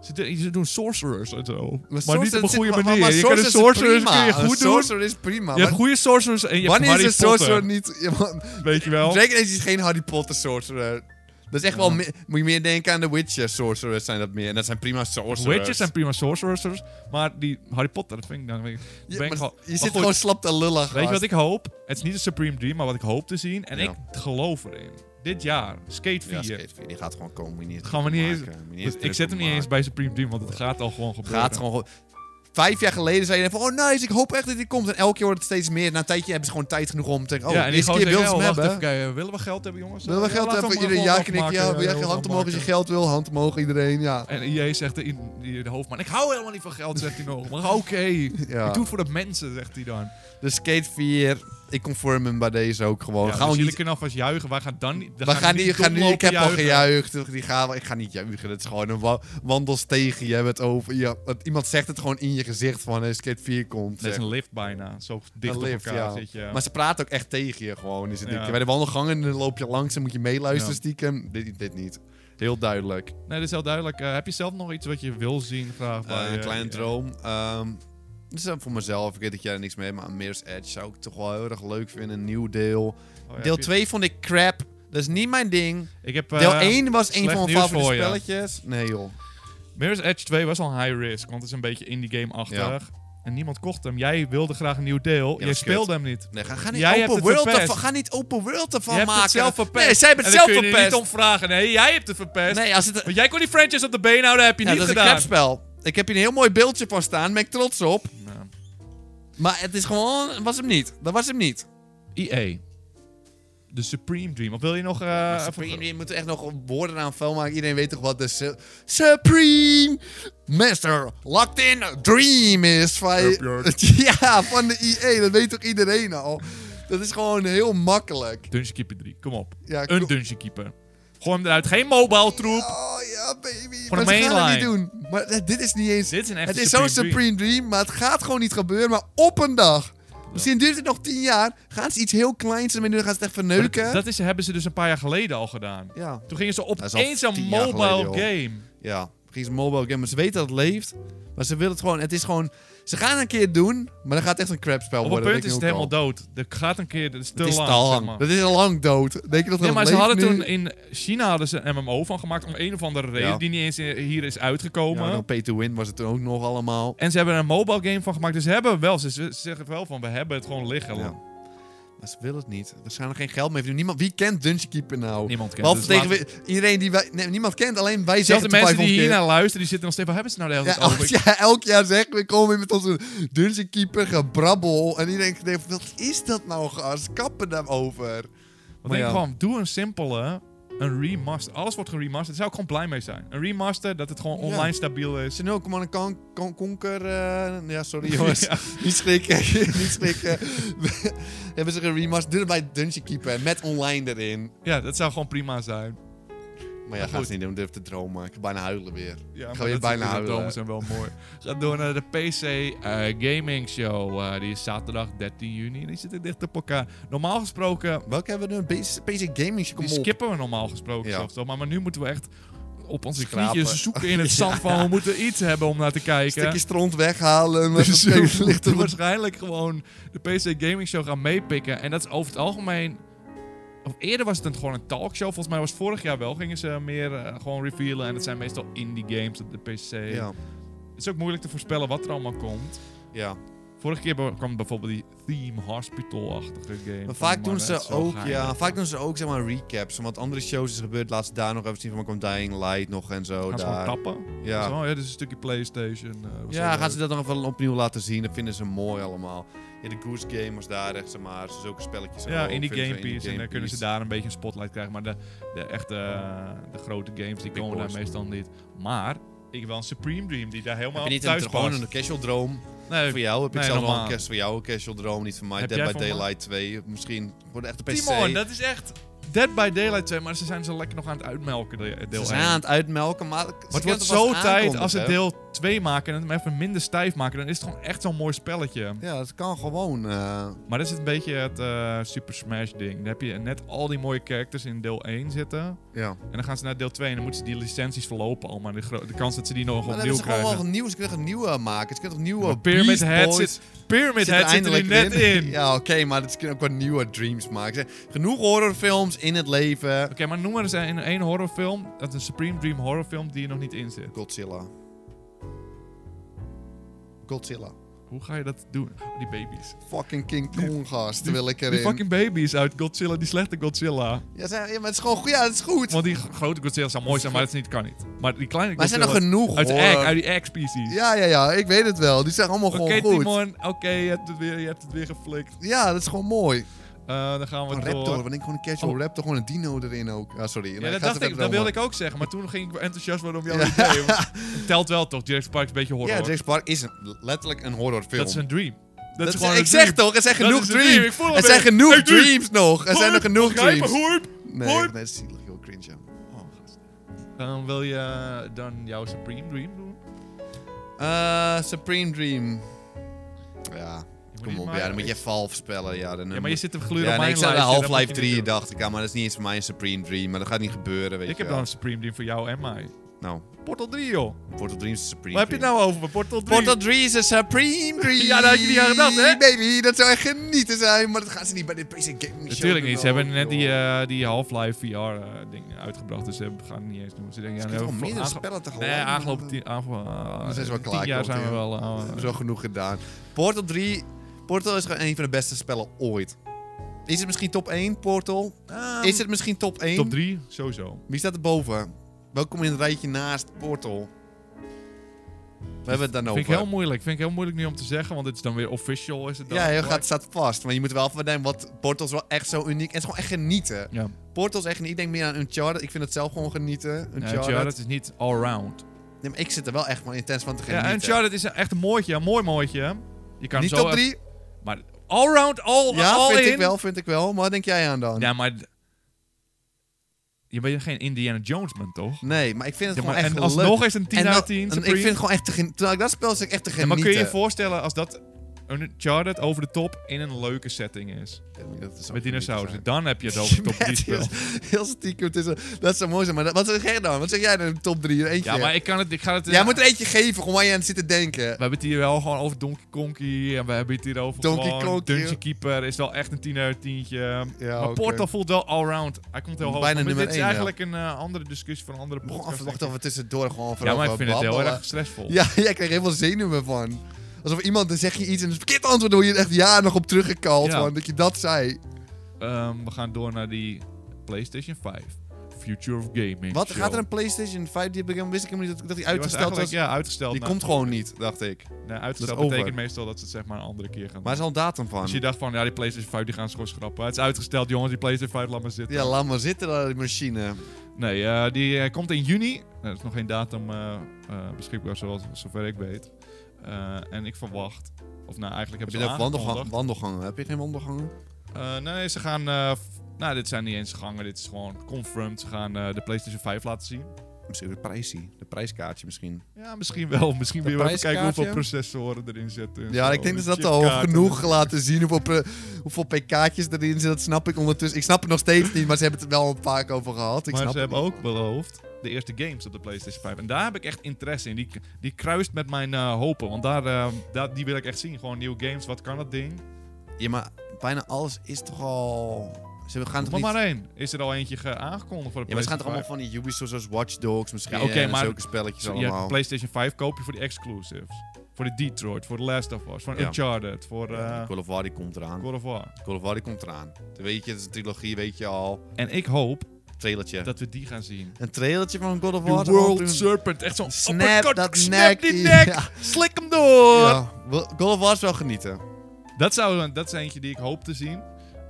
[SPEAKER 1] Ze, doen- ze doen sorcerers en zo. Maar, niet op een goede manier. je kan de sorcerers kun je goed doen.
[SPEAKER 2] Sorcerer is prima.
[SPEAKER 1] Je hebt
[SPEAKER 2] maar-
[SPEAKER 1] goede sorcerers en je hebt
[SPEAKER 2] Wanneer is
[SPEAKER 1] Harry
[SPEAKER 2] een sorcerer
[SPEAKER 1] Potter,
[SPEAKER 2] niet... Ja, maar-
[SPEAKER 1] Weet je wel?
[SPEAKER 2] Dragon Age is geen Harry Potter sorcerer. Dat is echt
[SPEAKER 1] Ja.
[SPEAKER 2] wel... me- Moet je meer denken aan de Witcher sorcerers zijn dat meer. En dat zijn prima sorcerers.
[SPEAKER 1] Witches zijn prima sorcerers, maar die Harry Potter, dat vind ik dan... ben ik-
[SPEAKER 2] Je,
[SPEAKER 1] ben ik
[SPEAKER 2] maar
[SPEAKER 1] gewoon-
[SPEAKER 2] je
[SPEAKER 1] maar
[SPEAKER 2] zit
[SPEAKER 1] goed,
[SPEAKER 2] gewoon slap te lullen,
[SPEAKER 1] Weet je wat ik hoop? Het is niet een Supreme Dream, maar wat ik hoop te zien. En ik
[SPEAKER 2] Ja.
[SPEAKER 1] geloof erin. Dit jaar, Skate 4.
[SPEAKER 2] die gaat gewoon komen. Moet je niet
[SPEAKER 1] Gaan we niet eens-
[SPEAKER 2] maken, moet je
[SPEAKER 1] Dus ik
[SPEAKER 2] druk
[SPEAKER 1] zet hem niet
[SPEAKER 2] om
[SPEAKER 1] eens bij Supreme Dream, want het gaat al gewoon
[SPEAKER 2] maken.
[SPEAKER 1] gebeuren.
[SPEAKER 2] Gaat gewoon... goed. Vijf jaar geleden zei je van, oh nice, ik hoop echt dat dit komt. En elke keer wordt het steeds meer. Na een tijdje hebben ze gewoon tijd genoeg om te denken, oh,
[SPEAKER 1] ja, en die
[SPEAKER 2] deze keer
[SPEAKER 1] gozer
[SPEAKER 2] wil
[SPEAKER 1] zegt,
[SPEAKER 2] ze
[SPEAKER 1] "Oh,
[SPEAKER 2] hem
[SPEAKER 1] wacht
[SPEAKER 2] hebben.
[SPEAKER 1] even kijken, willen we geld hebben, jongens?
[SPEAKER 2] Willen we
[SPEAKER 1] Ja,
[SPEAKER 2] geld
[SPEAKER 1] laten
[SPEAKER 2] hebben?
[SPEAKER 1] maar
[SPEAKER 2] Iedereen
[SPEAKER 1] gewoon
[SPEAKER 2] ja knikken.
[SPEAKER 1] afmaken.
[SPEAKER 2] Ja, wil je
[SPEAKER 1] gewoon
[SPEAKER 2] hand omhoog als je
[SPEAKER 1] afmaken.
[SPEAKER 2] geld wil. Hand omhoog, iedereen. Ja.
[SPEAKER 1] En IJ zegt de, in, die- de hoofdman, ik hou helemaal niet van geld, zegt hij nog. Maar oké,
[SPEAKER 2] Ja.
[SPEAKER 1] ik doe het voor de mensen, zegt hij dan.
[SPEAKER 2] Dus Skate 4, ik conform hem bij deze ook gewoon.
[SPEAKER 1] ja,
[SPEAKER 2] gaan we
[SPEAKER 1] dus
[SPEAKER 2] niet...
[SPEAKER 1] jullie kunnen alvast juichen, wij gaan dan niet...
[SPEAKER 2] We gaan niet, gaan nu, ik heb al
[SPEAKER 1] juichen.
[SPEAKER 2] gejuicht. Die gaan, we- ik ga niet juichen. Het is gewoon een wa wandelsteegje. Je hebt het over. Ja, want iemand zegt het gewoon in je gezicht van hey, Skate 4 komt.
[SPEAKER 1] Dat is
[SPEAKER 2] zeg.
[SPEAKER 1] een lift bijna, zo dicht
[SPEAKER 2] Een
[SPEAKER 1] op
[SPEAKER 2] lift,
[SPEAKER 1] elkaar
[SPEAKER 2] ja.
[SPEAKER 1] zit je.
[SPEAKER 2] Maar ze praten ook echt tegen je gewoon. Is het
[SPEAKER 1] Ja.
[SPEAKER 2] niet? Bij de wandelgangen dan loop je langs en moet je meeluisteren
[SPEAKER 1] Ja.
[SPEAKER 2] stiekem. Dit, dit niet. Heel duidelijk.
[SPEAKER 1] Nee, dat is heel duidelijk. Eh, heb je zelf nog iets wat je wil zien graag?
[SPEAKER 2] Eh,
[SPEAKER 1] bij,
[SPEAKER 2] een
[SPEAKER 1] eh,
[SPEAKER 2] kleine
[SPEAKER 1] eh,
[SPEAKER 2] droom. Ehm dus dan voor mezelf. Ik weet dat jij er niks mee hebt, maar Mirror's Edge zou ik toch wel heel erg leuk vinden. Een nieuw deel.
[SPEAKER 1] oh ja,
[SPEAKER 2] Deel
[SPEAKER 1] heb je-
[SPEAKER 2] 2 vond ik crap. Dat is niet mijn ding.
[SPEAKER 1] Ik heb,
[SPEAKER 2] Deel
[SPEAKER 1] eh,
[SPEAKER 2] 1 was een
[SPEAKER 1] slecht
[SPEAKER 2] van mijn
[SPEAKER 1] nieuws
[SPEAKER 2] favoriete
[SPEAKER 1] voor je.
[SPEAKER 2] spelletjes. Nee joh.
[SPEAKER 1] Mirror's Edge 2 was al high risk, want het is een beetje indie game-achtig. En niemand kocht hem. Jij wilde graag een nieuw deel.
[SPEAKER 2] dat
[SPEAKER 1] Jij
[SPEAKER 2] is kut.
[SPEAKER 1] speelde hem niet.
[SPEAKER 2] Nee, ga, ga niet
[SPEAKER 1] Jij hebt
[SPEAKER 2] open
[SPEAKER 1] het
[SPEAKER 2] world
[SPEAKER 1] verpest.
[SPEAKER 2] ervan, ga niet open world ervan
[SPEAKER 1] Je hebt
[SPEAKER 2] maken.
[SPEAKER 1] het zelf verpest.
[SPEAKER 2] Nee, zij hebben
[SPEAKER 1] En
[SPEAKER 2] het
[SPEAKER 1] daar
[SPEAKER 2] zelf
[SPEAKER 1] kun je er
[SPEAKER 2] verpest.
[SPEAKER 1] niet om vragen. Nee, jij hebt het verpest.
[SPEAKER 2] Nee, als het,
[SPEAKER 1] Want jij kon die franchise op de been houden, heb je
[SPEAKER 2] ja,
[SPEAKER 1] niet
[SPEAKER 2] dat is een
[SPEAKER 1] gedaan.
[SPEAKER 2] crapspel. Ik heb hier een heel mooi beeldje van staan, ben ik trots op.
[SPEAKER 1] Nou,
[SPEAKER 2] Maar het is gewoon, was hem niet. Dat was hem niet. E.
[SPEAKER 1] EA. De Supreme Dream. Of wil je nog... eh, even-
[SPEAKER 2] Supreme, je moet er echt nog woorden aan vuil maken. Iedereen weet toch wat de su- Supreme Master Locked in Dream is. Van, ja, van de IE. Dat weet toch iedereen al. Dat is gewoon heel makkelijk.
[SPEAKER 1] Dungeon Keeper 3, kom op.
[SPEAKER 2] Ja,
[SPEAKER 1] Een Dungeon Keeper. Gooi hem eruit. Geen mobile troep.
[SPEAKER 2] Oh ja, baby.
[SPEAKER 1] Gewoon
[SPEAKER 2] maar
[SPEAKER 1] een
[SPEAKER 2] ze gaan het niet
[SPEAKER 1] mainline.
[SPEAKER 2] doen. Maar eh, dit is niet eens...
[SPEAKER 1] Dit is een echte
[SPEAKER 2] Het is zo'n
[SPEAKER 1] Supreme Dream.
[SPEAKER 2] Supreme Dream, maar het gaat gewoon niet gebeuren. Maar op een dag, misschien duurt het nog tien jaar, gaan ze iets heel kleins ermee doen, gaan ze het echt
[SPEAKER 1] Maar
[SPEAKER 2] verneuken.
[SPEAKER 1] Dat, dat is, hebben ze dus een paar jaar geleden al gedaan.
[SPEAKER 2] ja,
[SPEAKER 1] Toen gingen ze
[SPEAKER 2] Dat is al
[SPEAKER 1] opeens een
[SPEAKER 2] tien jaar
[SPEAKER 1] mobile
[SPEAKER 2] geleden,
[SPEAKER 1] game.
[SPEAKER 2] ja. Misschien is het mobile game, maar ze weten dat het leeft. Maar ze willen het gewoon, het is gewoon, ze gaan het een keer doen, maar dan gaat het echt een crapspel
[SPEAKER 1] Op
[SPEAKER 2] worden.
[SPEAKER 1] een punt
[SPEAKER 2] weet
[SPEAKER 1] is
[SPEAKER 2] ik
[SPEAKER 1] het
[SPEAKER 2] nu ook
[SPEAKER 1] helemaal
[SPEAKER 2] al.
[SPEAKER 1] dood. Er gaat een keer, dat is te
[SPEAKER 2] Het is
[SPEAKER 1] lang.
[SPEAKER 2] te lang.
[SPEAKER 1] zeg maar.
[SPEAKER 2] Dat is al lang dood. Denk je dat het
[SPEAKER 1] Nee,
[SPEAKER 2] nog
[SPEAKER 1] maar ze
[SPEAKER 2] leeft
[SPEAKER 1] hadden
[SPEAKER 2] nu?
[SPEAKER 1] toen in China hadden ze een MMO van gemaakt om een of andere reden
[SPEAKER 2] Ja.
[SPEAKER 1] die niet eens eh, hier is
[SPEAKER 2] Ja,
[SPEAKER 1] uitgekomen.
[SPEAKER 2] dan pay to win was het toen ook nog allemaal.
[SPEAKER 1] En ze hebben er een mobile game van gemaakt. Dus ze hebben wel, ze, ze zeggen wel van we hebben het gewoon liggen.
[SPEAKER 2] Ja. Maar ze willen het niet. Er zijn nog geen geld meer. Niemand, wie kent Dungeon Keeper nou?
[SPEAKER 3] Niemand kent
[SPEAKER 2] Behalve
[SPEAKER 3] het.
[SPEAKER 2] tegen
[SPEAKER 3] Laten-
[SPEAKER 2] we- iedereen die wij... Nee, niemand kent, alleen wij
[SPEAKER 1] dus Zelfs
[SPEAKER 2] zeggen
[SPEAKER 1] de mensen
[SPEAKER 2] het
[SPEAKER 1] die nou
[SPEAKER 2] 500 keer.
[SPEAKER 1] hiernaar luisteren, die zitten nog steeds van... Hebben ze het nou de
[SPEAKER 2] Ja,
[SPEAKER 1] hele tijd
[SPEAKER 2] elk,
[SPEAKER 1] over?
[SPEAKER 2] jaar, elk jaar zeggen we, komen we met onze Dungeon Keeper gebrabbel. En iedereen denkt, wat is dat nou, gast? Kappen daarover.
[SPEAKER 1] Ik
[SPEAKER 2] Maar
[SPEAKER 1] denk
[SPEAKER 2] ja.
[SPEAKER 1] gewoon, doe een simpele, een remaster. Alles wordt geremasterd. Daar zou ik gewoon blij mee zijn. Een remaster, dat het gewoon online
[SPEAKER 2] Ja.
[SPEAKER 1] stabiel is.
[SPEAKER 2] Ze nul Command Con- Con- Conquer... eh, ja, sorry jongens.
[SPEAKER 1] Ja.
[SPEAKER 2] Niet schrikken, niet schrikken. We hebben ze geremasterd bij Dungeon Keeper met online erin.
[SPEAKER 1] Ja, dat zou gewoon prima zijn.
[SPEAKER 2] Maar ja,
[SPEAKER 1] Maar
[SPEAKER 2] ga
[SPEAKER 1] goed.
[SPEAKER 2] ze niet doen, durf te dromen. Ik ga bijna huilen weer.
[SPEAKER 1] Ja,
[SPEAKER 2] ik ga
[SPEAKER 1] maar
[SPEAKER 2] weer
[SPEAKER 1] dat
[SPEAKER 2] bijna
[SPEAKER 1] soort
[SPEAKER 2] huilen.
[SPEAKER 1] dromen zijn wel mooi. Ga door naar de PC eh, Gaming Show. Eh, die is zaterdag 13 juni. Die zitten dicht op elkaar. Normaal gesproken,
[SPEAKER 2] Welke hebben we nu? Basic, basic Gaming, Oh, kom
[SPEAKER 1] die
[SPEAKER 2] op.
[SPEAKER 1] skippen we normaal gesproken.
[SPEAKER 2] Ja.
[SPEAKER 1] zelfs wel. Maar, maar nu moeten we echt op onze
[SPEAKER 2] Schrapen.
[SPEAKER 1] knietjes zoeken in het zand van... We moeten iets hebben om naar te
[SPEAKER 2] Een
[SPEAKER 1] kijken.
[SPEAKER 2] stukje stront weghalen. maar
[SPEAKER 1] Dus
[SPEAKER 2] dan
[SPEAKER 1] we
[SPEAKER 2] ligt
[SPEAKER 1] moeten
[SPEAKER 2] er
[SPEAKER 1] waarschijnlijk gewoon de PC Gaming Show gaan meepikken. En dat is over het algemeen... Of eerder was het een, gewoon een talkshow. Volgens mij was het vorig jaar wel. Gingen ze meer eh, gewoon revealen. En dat zijn meestal indie games op de PC.
[SPEAKER 2] Ja,
[SPEAKER 1] Het is ook moeilijk te voorspellen wat er allemaal komt.
[SPEAKER 2] ja.
[SPEAKER 1] Vorige keer be- kwam bijvoorbeeld die Theme Hospital-achtige game.
[SPEAKER 2] Maar
[SPEAKER 1] van
[SPEAKER 2] vaak doen
[SPEAKER 1] Marret
[SPEAKER 2] ze
[SPEAKER 1] Zo
[SPEAKER 2] ook,
[SPEAKER 1] gaar.
[SPEAKER 2] ja, vaak doen ze ook zeg maar recaps. Want andere shows is gebeurd laatst daar nog even zien van komt Dying Light nog en zo.
[SPEAKER 1] Gaan ze gewoon
[SPEAKER 2] Oh, daar.
[SPEAKER 1] tappen.
[SPEAKER 2] ja.
[SPEAKER 1] Zo, ja, dit is een stukje Playstation. eh, was
[SPEAKER 2] Ja,
[SPEAKER 1] wel
[SPEAKER 2] gaan ze
[SPEAKER 1] leuk.
[SPEAKER 2] dat dan even opnieuw laten zien? Dat vinden ze mooi allemaal. Ja, de Goose Game was daar echt, zeg maar, zulke spelletjes. en
[SPEAKER 1] Ja,
[SPEAKER 2] zo,
[SPEAKER 1] in die
[SPEAKER 2] vinden ze
[SPEAKER 1] Game Piece. En dan kunnen ze
[SPEAKER 2] Piece.
[SPEAKER 1] daar een beetje een spotlight krijgen. Maar de, de echte eh, de grote games, die
[SPEAKER 2] Big
[SPEAKER 1] komen daar
[SPEAKER 2] boys.
[SPEAKER 1] meestal niet. Maar ik heb wel een Supreme Dream die daar helemaal
[SPEAKER 2] Heb je niet
[SPEAKER 1] thuis
[SPEAKER 2] een, gewoon
[SPEAKER 1] past.
[SPEAKER 2] een casual droom?
[SPEAKER 1] Nee,
[SPEAKER 2] Voor jou heb ik
[SPEAKER 1] nee,
[SPEAKER 2] zelf wel
[SPEAKER 1] normaal.
[SPEAKER 2] een kerst voor jou, een casual droom. Niet voor mij.
[SPEAKER 1] Heb jij
[SPEAKER 2] Dead by
[SPEAKER 1] voor mij?
[SPEAKER 2] Daylight 2. Misschien voor de echte PC.
[SPEAKER 1] Timon, dat is echt Dead by Daylight 2. Maar ze zijn zo lekker nog aan het uitmelken, de- eh, deel
[SPEAKER 2] Ze
[SPEAKER 1] 1.
[SPEAKER 2] zijn aan het uitmelken, maar... ze
[SPEAKER 1] Maar het
[SPEAKER 2] kunnen
[SPEAKER 1] wordt
[SPEAKER 2] wel
[SPEAKER 1] zo
[SPEAKER 2] eens
[SPEAKER 1] tijd
[SPEAKER 2] aankondigen,
[SPEAKER 1] als ze
[SPEAKER 2] hè?
[SPEAKER 1] deel 2 maken en het hem even minder stijf maken. Dan is het gewoon echt zo'n mooi spelletje.
[SPEAKER 2] Ja, dat kan gewoon. eh,
[SPEAKER 1] Maar dat is een beetje het eh, Super Smash ding. Dan heb je net al die mooie characters in deel 1 zitten.
[SPEAKER 2] ja.
[SPEAKER 1] En dan gaan ze naar deel 2 en dan moeten ze die licenties verlopen allemaal. De, gro- de kans dat ze die nog
[SPEAKER 2] Maar dan
[SPEAKER 1] opnieuw
[SPEAKER 2] hebben ze gewoon wel
[SPEAKER 1] krijgen.
[SPEAKER 2] een nieuw. Ze kunnen nog een nieuwe maken. Ze kunnen nog nieuwe
[SPEAKER 1] Maar Pyramid
[SPEAKER 2] Beast
[SPEAKER 1] Head
[SPEAKER 2] Boys
[SPEAKER 1] zit, Pyramid Head zit er nu net
[SPEAKER 2] eindelijk
[SPEAKER 1] in.
[SPEAKER 2] Ja, oké, maar ze kunnen ook wat nieuwe dreams maken. Ze- Genoeg horrorfilms in het leven.
[SPEAKER 1] Oké, maar noem maar eens een, één horrorfilm. Dat is een Supreme Dream horrorfilm die er nog niet in zit.
[SPEAKER 2] Godzilla. Godzilla.
[SPEAKER 1] Hoe ga je dat doen? Oh, die baby's.
[SPEAKER 2] Fucking King Kong gast
[SPEAKER 1] die-
[SPEAKER 2] wil ik
[SPEAKER 1] Die
[SPEAKER 2] erin.
[SPEAKER 1] fucking baby's uit Godzilla, die slechte Godzilla.
[SPEAKER 2] Ja, ze- ja, maar het is gewoon goed. Ja, het is goed.
[SPEAKER 1] Want die g- grote Godzilla zou mooi zijn, maar dat is niet, kan niet. Maar die kleine
[SPEAKER 2] maar er zijn
[SPEAKER 1] Godzilla...
[SPEAKER 2] er genoeg
[SPEAKER 1] uit, de
[SPEAKER 2] hoor.
[SPEAKER 1] egg, uit die egg-species.
[SPEAKER 2] Ja, ja, ja. Ik weet het wel. Die zijn allemaal
[SPEAKER 1] Oké,
[SPEAKER 2] gewoon goed.
[SPEAKER 1] Timon. Oké, je, hebt het weer- je hebt het weer geflikt.
[SPEAKER 2] Ja, dat is gewoon mooi.
[SPEAKER 1] Eh, dan gaan we
[SPEAKER 2] Een
[SPEAKER 1] door.
[SPEAKER 2] raptor. Wat denk ik gewoon een casual
[SPEAKER 1] Oh.
[SPEAKER 2] raptor. Gewoon een dino erin ook. Ah, sorry.
[SPEAKER 1] Ja, dat, dacht ik, dat wilde ik ook zeggen, maar toen ging ik enthousiast worden om jouw
[SPEAKER 2] Ja.
[SPEAKER 1] idee. want Het telt wel toch, Jack Sparks een beetje horror.
[SPEAKER 2] Ja, Jurassic Park is een- letterlijk een horrorfilm.
[SPEAKER 1] dat is een dream. Dat,
[SPEAKER 2] Dat
[SPEAKER 1] is
[SPEAKER 2] is-
[SPEAKER 1] gewoon
[SPEAKER 2] ik
[SPEAKER 1] een
[SPEAKER 2] zeg
[SPEAKER 1] dream.
[SPEAKER 2] toch, er zijn
[SPEAKER 1] Dat
[SPEAKER 2] genoeg
[SPEAKER 1] is een dream, ik
[SPEAKER 2] dreams.
[SPEAKER 1] voel hem
[SPEAKER 2] Er zijn
[SPEAKER 1] weer.
[SPEAKER 2] genoeg
[SPEAKER 1] Hey, dream.
[SPEAKER 2] dreams nog. Er zijn nog
[SPEAKER 1] Hoep,
[SPEAKER 2] genoeg
[SPEAKER 1] begrijpen,
[SPEAKER 2] dreams.
[SPEAKER 1] hoep.
[SPEAKER 2] Nee,
[SPEAKER 1] Hoor.
[SPEAKER 2] nee, dat is zielig, heel cringe. ja.
[SPEAKER 1] Dan wil je eh, dan jouw Supreme Dream doen?
[SPEAKER 2] Eh, Supreme Dream. Ja,
[SPEAKER 1] Je moet
[SPEAKER 2] kom
[SPEAKER 1] niet
[SPEAKER 2] op.
[SPEAKER 1] maar-
[SPEAKER 2] Ja, dan moet je Valve spellen. Ja, dan
[SPEAKER 1] Ja, maar je zit te gluren
[SPEAKER 2] ja,
[SPEAKER 1] op
[SPEAKER 2] nee,
[SPEAKER 1] mijn
[SPEAKER 2] ik zat aan
[SPEAKER 1] lijstje, dat moet je
[SPEAKER 2] Half-Life
[SPEAKER 1] niet
[SPEAKER 2] 3,
[SPEAKER 1] doen.
[SPEAKER 2] dacht ik. Ja, maar dat is niet eens mijn Supreme Dream. Maar dat gaat niet gebeuren, weet
[SPEAKER 1] Ik
[SPEAKER 2] je
[SPEAKER 1] heb
[SPEAKER 2] wel.
[SPEAKER 1] dan een Supreme Dream voor jou en mij.
[SPEAKER 2] Nou,
[SPEAKER 1] Portal 3, joh.
[SPEAKER 2] Portal Dream is Supreme
[SPEAKER 1] Waar heb je het
[SPEAKER 2] Dream.
[SPEAKER 1] nou over? met Portal 3?
[SPEAKER 2] Portal 3 is een Supreme Dream.
[SPEAKER 1] Ja, nou, daar had je niet aan gedacht, hè?
[SPEAKER 2] Baby, dat zou echt genieten zijn. Maar dat gaan ze niet bij de PC Gaming Show
[SPEAKER 1] Natuurlijk
[SPEAKER 2] doen,
[SPEAKER 1] niet. Ze hebben
[SPEAKER 2] hoor,
[SPEAKER 1] net die,
[SPEAKER 2] joh.
[SPEAKER 1] eh, die Half-Life VR-ding uitgebracht, dus ze gaan het niet eens doen. Ze denken, ja,
[SPEAKER 2] Het
[SPEAKER 1] nou,
[SPEAKER 2] is al
[SPEAKER 1] voor
[SPEAKER 2] meerdere
[SPEAKER 1] aange-
[SPEAKER 2] spellen tegelijk.
[SPEAKER 1] Nee, aangelopen tien, aangelopen, eh,
[SPEAKER 2] Dan zijn ze wel
[SPEAKER 1] tien
[SPEAKER 2] klaar,
[SPEAKER 1] jaar
[SPEAKER 2] klopt,
[SPEAKER 1] zijn we
[SPEAKER 2] ja.
[SPEAKER 1] wel... eh,
[SPEAKER 2] We hebben zo genoeg gedaan. Portal 3. Portal is gewoon een van de beste spellen ooit. Is het misschien top 1, Portal?
[SPEAKER 1] ehm,
[SPEAKER 2] Is het misschien top 1?
[SPEAKER 1] Top 3, sowieso.
[SPEAKER 2] Wie staat er boven? Welkom in het rijtje naast Portal. We hebben het dan over.
[SPEAKER 1] Vind ik heel moeilijk. Vind ik heel moeilijk nu om te zeggen, want het is dan weer official. Is het dan
[SPEAKER 2] ja, heel
[SPEAKER 1] gelijk.
[SPEAKER 2] gaat staat vast. Maar je moet er wel van denken, wat Portal is wel echt zo uniek. En het is gewoon echt genieten.
[SPEAKER 1] Ja.
[SPEAKER 2] Portal is echt niet. Ik denk meer aan Uncharted. Ik vind het zelf gewoon genieten.
[SPEAKER 1] Nee,
[SPEAKER 2] Uncharted.
[SPEAKER 1] Uncharted is niet allround.
[SPEAKER 2] Nee, maar ik zit er wel echt gewoon intens van te genieten.
[SPEAKER 1] Ja, Uncharted is echt een mooitje, een mooi mooitje. Je kan
[SPEAKER 2] eh, Niet
[SPEAKER 1] zo
[SPEAKER 2] top
[SPEAKER 1] even-
[SPEAKER 2] 3?
[SPEAKER 1] Maar allround, all,
[SPEAKER 2] Ja,
[SPEAKER 1] all
[SPEAKER 2] vind
[SPEAKER 1] in.
[SPEAKER 2] ik wel, vind ik wel. Maar wat denk jij aan dan?
[SPEAKER 1] Ja, maar... d- Je bent geen Indiana Jones man, toch?
[SPEAKER 2] Nee, maar ik vind het
[SPEAKER 1] Ja, maar,
[SPEAKER 2] gewoon echt
[SPEAKER 1] en
[SPEAKER 2] leuk.
[SPEAKER 1] alsnog is het een 10
[SPEAKER 2] En
[SPEAKER 1] uit
[SPEAKER 2] dat-
[SPEAKER 1] 10.
[SPEAKER 2] en
[SPEAKER 1] Supreme.
[SPEAKER 2] ik vind het gewoon echt te genieten. Terwijl ik dat spel zit ik echt te
[SPEAKER 1] Ja,
[SPEAKER 2] genieten.
[SPEAKER 1] maar kun je je voorstellen als dat Uncharted over de top in een leuke setting is? Met dinosaurussen. Dan heb je het over top 3 spel.
[SPEAKER 2] Heel stiekem. Het is een- dat zou mooi zijn. Maar dat- wat zeg jij dan? Wat zeg jij dan? Top 3? Er eentje.
[SPEAKER 1] Ja, maar ik kan het... Ik ga het eh,
[SPEAKER 2] Jij moet er eentje geven, gewoon waar je aan zit te denken.
[SPEAKER 1] We hebben het hier wel gewoon over Donkey Konkie. En we hebben het hier over
[SPEAKER 2] Donkey
[SPEAKER 1] gewoon
[SPEAKER 2] Konkie.
[SPEAKER 1] Dungeon Keeper. Is wel echt een 10 uit 10. maar
[SPEAKER 2] oké.
[SPEAKER 1] Portal voelt wel allround. Hij komt heel hoog.
[SPEAKER 2] Bijna
[SPEAKER 1] Maar dit
[SPEAKER 2] nummer
[SPEAKER 1] is
[SPEAKER 2] één, ja.
[SPEAKER 1] eigenlijk een eh, andere discussie van een andere
[SPEAKER 2] Wacht
[SPEAKER 1] podcast.
[SPEAKER 2] even, wacht even, tussendoor gewoon
[SPEAKER 1] Ja, maar ik
[SPEAKER 2] erover
[SPEAKER 1] vind het heel
[SPEAKER 2] babbelen.
[SPEAKER 1] erg stressvol.
[SPEAKER 2] Ja, jij kreeg heel veel zenuwen van. Alsof iemand, dan zeg je iets en het verkeerd antwoord, dan word je er echt jaren nog op teruggekald.
[SPEAKER 1] Ja.
[SPEAKER 2] Van, dat je dat zei.
[SPEAKER 1] Ehm, we gaan door naar die PlayStation 5. Future of Gaming.
[SPEAKER 2] Wat,
[SPEAKER 1] show.
[SPEAKER 2] gaat er een PlayStation 5? Die heb ik, wist ik helemaal niet dat, dat die
[SPEAKER 1] Die was
[SPEAKER 2] uitgesteld was.
[SPEAKER 1] eigenlijk, Ja, uitgesteld.
[SPEAKER 2] die
[SPEAKER 1] naar-
[SPEAKER 2] komt gewoon niet, dacht ik.
[SPEAKER 1] Nou, uitgesteld
[SPEAKER 2] Dat is over.
[SPEAKER 1] betekent meestal dat ze het zeg maar een andere keer gaan
[SPEAKER 2] Maar er is al een datum van.
[SPEAKER 1] Dus je dacht van, ja, die PlayStation 5 die gaan ze gewoon schrappen. Het is uitgesteld, jongens, die PlayStation 5, laat maar zitten.
[SPEAKER 2] Ja, laat maar zitten, daar, die machine.
[SPEAKER 1] Nee, eh, die eh, komt in juni. Nou, Er is nog geen datum eh, eh, beschikbaar, zoals, zover ik weet. Eh, en ik verwacht... Of nou, eigenlijk
[SPEAKER 2] Heb
[SPEAKER 1] hebben
[SPEAKER 2] je
[SPEAKER 1] ze al
[SPEAKER 2] dat wandelgang,
[SPEAKER 1] aangekondigd.
[SPEAKER 2] wandelgangen? Heb je geen wandelgangen?
[SPEAKER 1] Eh, nee, ze gaan... eh, f- nou, dit zijn niet eens gangen. Dit is gewoon confirmed. Ze gaan eh, de PlayStation 5 laten zien.
[SPEAKER 2] Misschien de prijsie. De prijskaartje misschien.
[SPEAKER 1] Ja, misschien wel. Misschien
[SPEAKER 2] De
[SPEAKER 1] weer wel even kijken
[SPEAKER 2] prijskaartje?
[SPEAKER 1] hoeveel processoren erin zitten. en
[SPEAKER 2] Ja,
[SPEAKER 1] zo.
[SPEAKER 2] ik denk dat
[SPEAKER 1] De
[SPEAKER 2] ze dat al
[SPEAKER 1] chipkaarten.
[SPEAKER 2] genoeg laten zien. Hoeveel, pre- hoeveel pk'tjes erin zitten, dat snap ik ondertussen. Ik snap het nog steeds niet, maar ze hebben het er wel een paar keer over gehad. Ik
[SPEAKER 1] maar
[SPEAKER 2] snap
[SPEAKER 1] ze
[SPEAKER 2] het
[SPEAKER 1] hebben
[SPEAKER 2] niet.
[SPEAKER 1] ook beloofd de eerste games op de PlayStation 5. En daar heb ik echt interesse in. Die, die kruist met mijn eh, hopen. Want daar, eh, daar, die wil ik echt zien. Gewoon nieuwe games. Wat kan dat ding?
[SPEAKER 2] Ja, maar bijna alles is toch al... Ze gaan toch
[SPEAKER 1] Maar
[SPEAKER 2] niet...
[SPEAKER 1] maar één. Is er al eentje ge- aangekondigd voor de
[SPEAKER 2] Ja, maar ze gaan toch
[SPEAKER 1] PlayStation
[SPEAKER 2] allemaal
[SPEAKER 1] 5?
[SPEAKER 2] van die Ubisoft zoals Watch Dogs misschien
[SPEAKER 1] Ja, oké,
[SPEAKER 2] en
[SPEAKER 1] maar-
[SPEAKER 2] zulke spelletjes
[SPEAKER 1] Ja,
[SPEAKER 2] allemaal.
[SPEAKER 1] PlayStation 5 koop je voor die exclusives. Voor de Detroit, voor The Last of Us, voor
[SPEAKER 2] Ja.
[SPEAKER 1] Uncharted, voor eh
[SPEAKER 2] Ja, Call of Duty komt eraan.
[SPEAKER 1] God of War.
[SPEAKER 2] Call of Duty komt eraan. Dan weet je, het is een trilogie, weet je al.
[SPEAKER 1] En ik hoop
[SPEAKER 2] Trailertje.
[SPEAKER 1] dat we die gaan zien.
[SPEAKER 2] Een trailertje van God of
[SPEAKER 1] The
[SPEAKER 2] War.
[SPEAKER 1] World Serpent. Echt zo'n
[SPEAKER 2] Snap
[SPEAKER 1] uppercut,
[SPEAKER 2] dat
[SPEAKER 1] Snap
[SPEAKER 2] nek.
[SPEAKER 1] die nek.
[SPEAKER 2] Ja.
[SPEAKER 1] Slik hem door.
[SPEAKER 2] Ja, wel- God of War is wel genieten.
[SPEAKER 1] Dat, zou, dat is eentje die ik hoop te zien.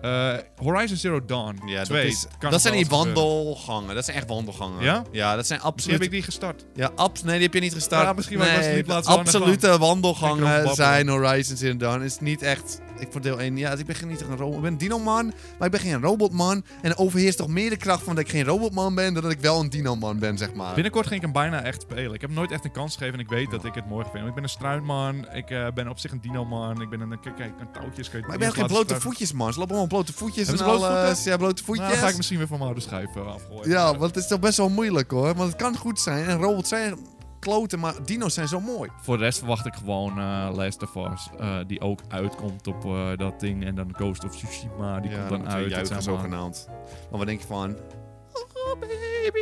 [SPEAKER 1] Eh, Horizon Zero Dawn
[SPEAKER 2] Ja,
[SPEAKER 1] 2.
[SPEAKER 2] dat, is,
[SPEAKER 1] kan nog
[SPEAKER 2] dat zijn
[SPEAKER 1] wel
[SPEAKER 2] die
[SPEAKER 1] eens gebeuren.
[SPEAKER 2] wandelgangen. Dat zijn echt wandelgangen.
[SPEAKER 1] Ja? Dus
[SPEAKER 2] Ja, dat zijn
[SPEAKER 1] Misschien heb
[SPEAKER 2] absoluut...
[SPEAKER 1] ik die gestart.
[SPEAKER 2] Ja, abs nee, die heb je niet gestart.
[SPEAKER 1] Ja, misschien was-
[SPEAKER 2] nee,
[SPEAKER 1] was het niet laatst wel net
[SPEAKER 2] Absolute
[SPEAKER 1] Lekker
[SPEAKER 2] wandelgangen
[SPEAKER 1] erover babbelen.
[SPEAKER 2] zijn Horizon Zero Dawn. Is niet echt... Ik voor deel 1... Ja, dus ik ben geen, niet echt een robot. Ik ben een dino-man, maar ik ben geen robotman. En er overheerst toch meer de kracht van dat ik geen robotman ben... dan dat ik wel een dino-man ben, zeg maar.
[SPEAKER 1] Binnenkort ging ik hem bijna echt spelen. Ik heb hem nooit echt een kans gegeven en ik weet dat ik het mooi vind. Want Ik ben een struinman, ik eh, ben op zich een dino-man, ik ben een... Kijk, kijk aan touwtjes kan je
[SPEAKER 2] Maar ik ben ook geen blote voetjes, man. Ze lopen allemaal blote voetjes en
[SPEAKER 1] Hebben ze blote
[SPEAKER 2] alles.
[SPEAKER 1] voeten?
[SPEAKER 2] Ja, blote voetjes.
[SPEAKER 1] voetjes. Nou, ga ik misschien weer van mijn oude schijf eh, afgooien.
[SPEAKER 2] Ja, want het is toch best wel moeilijk hoor. Want het kan goed zijn. En robots zijn kloten, maar dino's zijn zo mooi.
[SPEAKER 1] Voor de rest verwacht ik gewoon eh Last of Us, eh, die ook uitkomt op eh, dat ding. En dan Ghost of Tsushima, die komt dan uit. Dat zijn allemaal-
[SPEAKER 2] zogenaamd. Maar wat denk je van? Oh baby.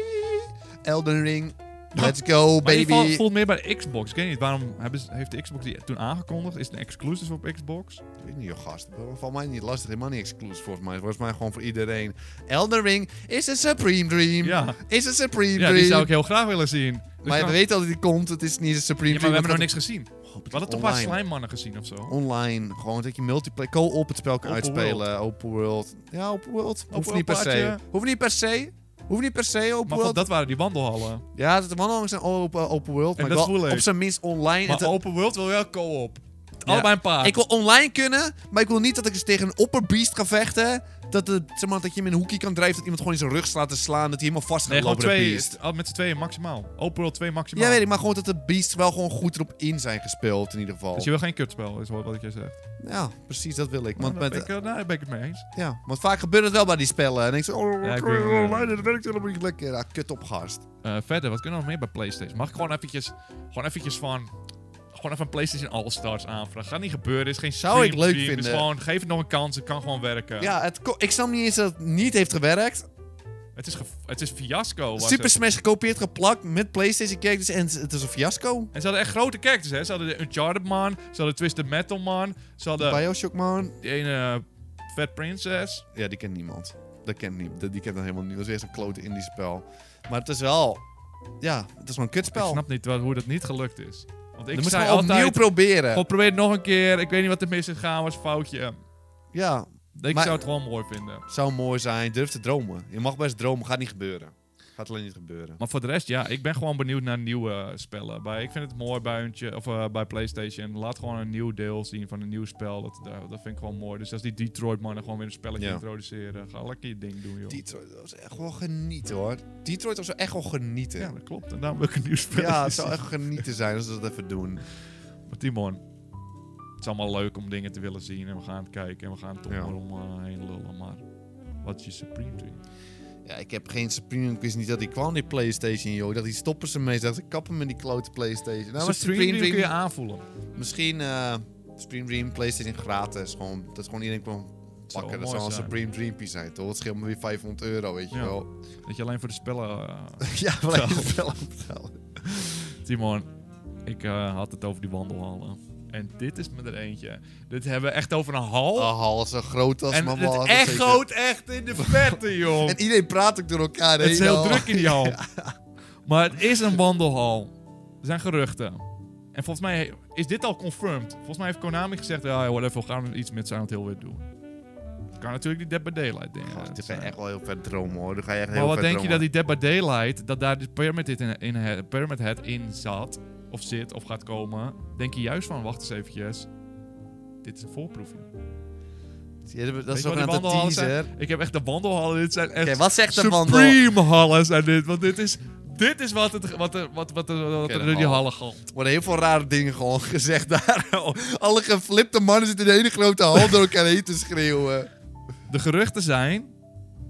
[SPEAKER 2] Elden Ring. Let's go
[SPEAKER 1] Maar in ieder geval,
[SPEAKER 2] baby.
[SPEAKER 1] het voelt meer bij de Xbox. Ik weet niet, waarom hebben ze- heeft de Xbox die toen aangekondigd? Is het een exclusive op Xbox?
[SPEAKER 2] Ik weet niet, joh, gast. Volgens mij niet lastig. Helemaal niet exclusief volgens mij. Volgens mij gewoon voor iedereen. Elden Ring is een supreme dream.
[SPEAKER 1] Ja.
[SPEAKER 2] Is een supreme
[SPEAKER 1] Ja,
[SPEAKER 2] dream.
[SPEAKER 1] die zou ik heel graag willen zien. Dus
[SPEAKER 2] Maar
[SPEAKER 1] dan-
[SPEAKER 2] we weten al dat die komt. Het is niet een
[SPEAKER 1] Ja,
[SPEAKER 2] supreme
[SPEAKER 1] maar
[SPEAKER 2] dream.
[SPEAKER 1] we hebben nog
[SPEAKER 2] dat Oh,
[SPEAKER 1] niks gezien. We hadden toch een paar
[SPEAKER 2] online.
[SPEAKER 1] slijmmannen gezien of zo?
[SPEAKER 2] online. Gewoon dat je multiplayer, co-op het spel kan
[SPEAKER 1] Open
[SPEAKER 2] uitspelen. Open world. Ja, open world. Hoeft
[SPEAKER 1] world
[SPEAKER 2] niet per se.
[SPEAKER 1] plaatje.
[SPEAKER 2] Hoeft niet per se. Hoeft niet per se open
[SPEAKER 1] Maar
[SPEAKER 2] world.
[SPEAKER 1] dat waren die wandelhallen.
[SPEAKER 2] Ja, dat man langs een open, open world.
[SPEAKER 1] En
[SPEAKER 2] Maar ik
[SPEAKER 1] dat
[SPEAKER 2] wil
[SPEAKER 1] voel ik.
[SPEAKER 2] op zijn minst online.
[SPEAKER 1] Maar
[SPEAKER 2] En te-
[SPEAKER 1] open world wil wel co-op.
[SPEAKER 2] Ja.
[SPEAKER 1] Allebei een paar.
[SPEAKER 2] ik wil online kunnen, maar ik wil niet dat ik eens tegen een opperbeest ga vechten. Dat, het, zeg maar, dat je hem in een hoekje kan drijven, dat iemand gewoon in zijn rug slaat te slaan. Dat hij helemaal vast gaat
[SPEAKER 1] nee, gewoon
[SPEAKER 2] lopen, dat
[SPEAKER 1] twee.
[SPEAKER 2] beest.
[SPEAKER 1] al Met z'n tweeën maximaal. Open world 2 maximaal.
[SPEAKER 2] Ja, weet ik, maar gewoon dat de beasts wel gewoon goed erop in zijn gespeeld in ieder geval.
[SPEAKER 1] Dus je wil geen kutspel, is wat wat ik je zegt.
[SPEAKER 2] Ja, precies, dat wil ik.
[SPEAKER 1] Nou,
[SPEAKER 2] Want,
[SPEAKER 1] daar
[SPEAKER 2] met,
[SPEAKER 1] ben ik, eh, nou, daar ben ik het mee eens.
[SPEAKER 2] ja, want vaak gebeurt het wel bij die spellen. En dan denk ik zo, oh,
[SPEAKER 1] Ja, ik
[SPEAKER 2] oh,
[SPEAKER 1] weet het.
[SPEAKER 2] online, dat werkt helemaal niet lekker. Ja, kut op, gast.
[SPEAKER 1] Eh, verder, wat kunnen we nog meer bij PlayStation? Mag ik gewoon eventjes, gewoon eventjes van... Gewoon even een PlayStation All-Stars aanvragen. Gaat niet gebeuren, is geen
[SPEAKER 2] Zou ik
[SPEAKER 1] stream
[SPEAKER 2] leuk
[SPEAKER 1] team, is
[SPEAKER 2] vinden.
[SPEAKER 1] gewoon, geef het nog een kans, het kan gewoon werken.
[SPEAKER 2] Ja, het ko- ik snap niet eens dat het niet heeft gewerkt.
[SPEAKER 1] Het, is ge- het is fiasco. was
[SPEAKER 2] Super
[SPEAKER 1] het.
[SPEAKER 2] Smash gekopieerd, geplakt met PlayStation characters en het is een fiasco.
[SPEAKER 1] En ze hadden echt grote characters, hè. Ze hadden de Uncharted man, ze hadden Twisted Metal man, ze hadden
[SPEAKER 2] Bioshock man.
[SPEAKER 1] die ene eh, Fat Princess.
[SPEAKER 2] Ja, die kent niemand. Dat kent niet. dat- Die kent dan helemaal niet. Dat is weer zo'n klote indie spel. Maar het is wel... Ja, het is wel een kutspel.
[SPEAKER 1] Ik snap niet wel hoe dat niet gelukt is. Want ik
[SPEAKER 2] Dan moet je
[SPEAKER 1] zei
[SPEAKER 2] gewoon opnieuw
[SPEAKER 1] altijd,
[SPEAKER 2] proberen.
[SPEAKER 1] gewoon probeer het nog een keer, ik weet niet wat er mis is gegaan, was een foutje.
[SPEAKER 2] Ja,
[SPEAKER 1] Ik
[SPEAKER 2] Maar-
[SPEAKER 1] zou het gewoon mooi vinden.
[SPEAKER 2] zou mooi zijn. Durf te dromen. Je mag best dromen. Gaat niet gebeuren. Gaat alleen niet gebeuren.
[SPEAKER 1] Maar voor de rest, ja, ik ben gewoon benieuwd naar nieuwe spellen. Bij, ik vind het mooi bij, een, tje- of, eh, bij PlayStation. Laat gewoon een nieuw deel zien van een nieuw spel. Dat, dat, dat vind ik gewoon mooi. Dus als die Detroit mannen gewoon weer een spelletje
[SPEAKER 2] Ja.
[SPEAKER 1] introduceren. Ga lekker je ding doen, joh.
[SPEAKER 2] Detroit dat was echt wel genieten, hoor. Detroit was wel echt wel genieten.
[SPEAKER 1] ja,
[SPEAKER 2] Ja,
[SPEAKER 1] dat klopt. En daarom wil ik een nieuw spel.
[SPEAKER 2] het zou echt genieten zijn als we dat even doen.
[SPEAKER 1] Maar Timon, het is allemaal leuk om dingen te willen zien. En we gaan het kijken. En we gaan het om
[SPEAKER 2] Ja.
[SPEAKER 1] maar om eh, heen lullen. Maar wat is je Supreme Dream?
[SPEAKER 2] Ja, ik heb geen Supreme. Ik wist niet dat die kwam, die PlayStation, joh. Ik dacht, die stoppen ze mee. Ik dacht, ik kap hem met die klote PlayStation. Nou, maar
[SPEAKER 1] Supreme, Dream kun je aanvoelen.
[SPEAKER 2] Misschien eh, Supreme Dream, PlayStation gratis. Gewoon, dat is gewoon iedereen kan
[SPEAKER 1] zou
[SPEAKER 2] pakken.
[SPEAKER 1] wel
[SPEAKER 2] Dat zou
[SPEAKER 1] mooi
[SPEAKER 2] een
[SPEAKER 1] zijn.
[SPEAKER 2] Supreme Dream zijn, toch? Dat scheelt me weer 500 euro, weet je
[SPEAKER 1] Ja.
[SPEAKER 2] wel.
[SPEAKER 1] Dat je alleen voor de spellen... eh,
[SPEAKER 2] ja, maar ik het wel aan het betalen.
[SPEAKER 1] Timon, ik eh, had het over die wandelhallen. En dit is me er eentje. Dit hebben we echt over een hal.
[SPEAKER 2] Oh, hals zo groot als
[SPEAKER 1] en
[SPEAKER 2] mijn
[SPEAKER 1] het
[SPEAKER 2] hals, dat
[SPEAKER 1] echoot echt in de verte, joh.
[SPEAKER 2] zeker. En iedereen praat ook door elkaar heen.
[SPEAKER 1] Het is heel
[SPEAKER 2] al.
[SPEAKER 1] druk in die hal. Maar het is een wandelhal. Er zijn geruchten. En volgens mij he- is dit al confirmed. Volgens mij heeft Konami gezegd, ja, whatever, we gaan iets met Silent Hill weer doen. Het kan natuurlijk die Dead by Daylight dingen
[SPEAKER 2] Ja, dit zijn
[SPEAKER 1] zijn.
[SPEAKER 2] echt wel heel ver dromen hoor. Dan ga je echt
[SPEAKER 1] Maar
[SPEAKER 2] heel
[SPEAKER 1] wat
[SPEAKER 2] ver
[SPEAKER 1] denk je dat
[SPEAKER 2] dromen.
[SPEAKER 1] die Dead by Daylight, dat daar de Pyramid, Head in, in, he- Pyramid Head in zat, of zit, of gaat komen? Denk je juist van, wacht eens eventjes. Dit is een voorproefje.
[SPEAKER 2] Ja, dat- dat
[SPEAKER 1] Weet
[SPEAKER 2] is
[SPEAKER 1] je wat
[SPEAKER 2] ook
[SPEAKER 1] die
[SPEAKER 2] een
[SPEAKER 1] wandelhallen
[SPEAKER 2] teaser.
[SPEAKER 1] zijn? Ik heb echt de wandelhallen. Dit zijn echt
[SPEAKER 2] Oké, wat zegt de wandel?
[SPEAKER 1] Supreme hallen zijn dit. Want dit is, dit is wat, het, wat, er- wat, wat, er- wat,
[SPEAKER 2] Oké,
[SPEAKER 1] er
[SPEAKER 2] de
[SPEAKER 1] door die
[SPEAKER 2] hal.
[SPEAKER 1] hallen galmt.
[SPEAKER 2] Er worden heel veel rare dingen gewoon gezegd daar. Alle geflipte mannen zitten in een hele grote hal door elkaar heen te schreeuwen.
[SPEAKER 1] De geruchten zijn